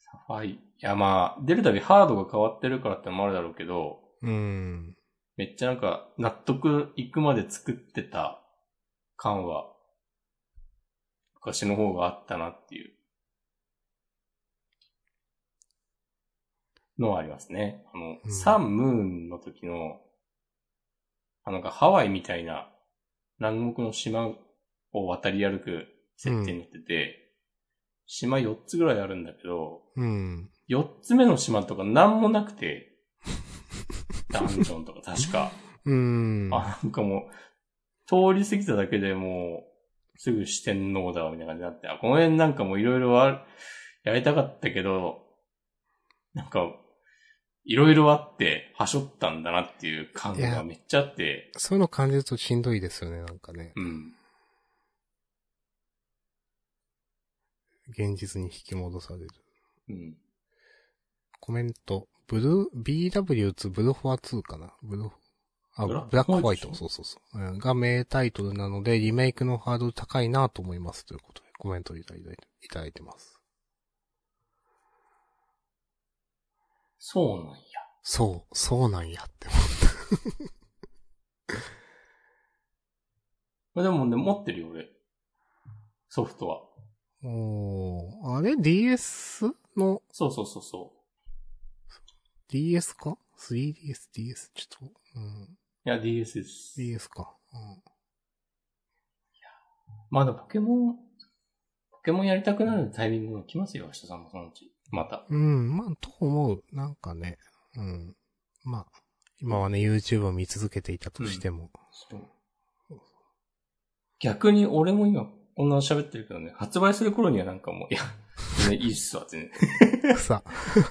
Speaker 2: サファイ、いやまあ、出るたびハードが変わってるからってのもあるだろうけど、
Speaker 1: うん。
Speaker 2: めっちゃなんか、納得いくまで作ってた感は、昔の方があったなっていう、のはありますね。あの、
Speaker 1: うん
Speaker 2: サンムーンの時の、あのなんかハワイみたいな南国の島を渡り歩く設定になってて、島4つぐらいあるんだけど、
Speaker 1: うん。
Speaker 2: 4つ目の島とか何もな くて、ダンジョンとか確か。
Speaker 1: うん。
Speaker 2: あ、なんかもう、通り過ぎただけでもう、すぐ四天王だ、みたいな感じになって、あ、この辺なんかもいろいろあ、やりたかったけど、なんか、いろいろあって、はしょったんだなっていう感
Speaker 1: い
Speaker 2: が
Speaker 1: や
Speaker 2: めっちゃあって、
Speaker 1: そういうの感じるとしんどいですよね、なんかね。
Speaker 2: うん。
Speaker 1: 現実に引き戻される。
Speaker 2: うん。
Speaker 1: コメント。ブルー、BW つブルフォア2かなブルフォあ、
Speaker 2: ブ
Speaker 1: ブ
Speaker 2: ラ
Speaker 1: ラックホワイ
Speaker 2: ホワイト
Speaker 1: ト。
Speaker 2: でし
Speaker 1: そうそうそう。うんが名タイトルなので、リメイクのハードル高いなと思います。ということで、コメントいただいて、いただいてます。
Speaker 2: そうなんや。
Speaker 1: そう、そうなんやって。
Speaker 2: まあでもね、持ってるよ、俺。ソフトは。
Speaker 1: おー、あれ ?DS の、
Speaker 2: そうそうそうそう。
Speaker 1: DS か ?3DS、DS、ちょっと、うん、
Speaker 2: いや、DS です。
Speaker 1: DS か。うん。
Speaker 2: まあでもポケモン、ポケモンやりたくなるタイミングが来ますよ、明日さんもそのうち。また。
Speaker 1: うん、まあ、と思う。なんかね、うん。まあ、今はね、YouTube を見続けていたとしても。
Speaker 2: 逆に俺も今、こんな喋ってるけどね、発売する頃にはなんかもう、いや、全然いいっすわ、ってね、
Speaker 1: さ、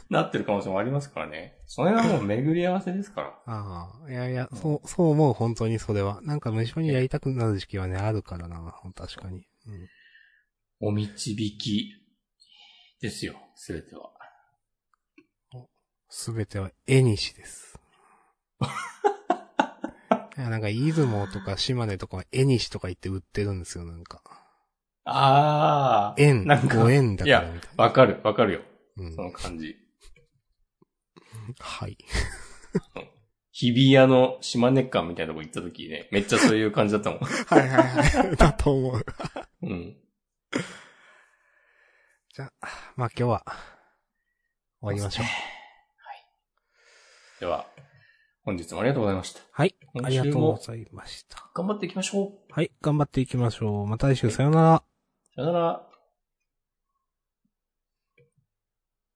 Speaker 2: なってる可能性もありますからね。それはもう巡り合わせですから。
Speaker 1: ああ、いやいや、そう、そう思う、本当にそれは。なんか無償にやりたくなる時期はね、あるからな、確かに。うん。
Speaker 2: お導きですよ、すべては。
Speaker 1: すべては絵にし です。いや、なんか、出雲とか島根とかは絵にしとか言って売ってるんですよ、なんか。
Speaker 2: あー。
Speaker 1: 円、
Speaker 2: なんか
Speaker 1: 5、円だ
Speaker 2: い
Speaker 1: から
Speaker 2: や
Speaker 1: みたい、な。
Speaker 2: わかる、わかるよ。
Speaker 1: うん
Speaker 2: そ。の感じ。
Speaker 1: はい。
Speaker 2: 日比谷の島根館みたいなとこ行った時ね、めっちゃそういう感じだったもん。
Speaker 1: はいはいはい。 だと思う。
Speaker 2: うん。
Speaker 1: じゃあ、まあ今日は、終わりましょう。
Speaker 2: では、本日もありがとうございました。
Speaker 1: はい。あ
Speaker 2: 今
Speaker 1: りが
Speaker 2: 週
Speaker 1: とうご
Speaker 2: も
Speaker 1: ざいました。
Speaker 2: 頑張っていきましょう。
Speaker 1: はい。頑張っていきましょう。また来週、さようなら。
Speaker 2: さよなら。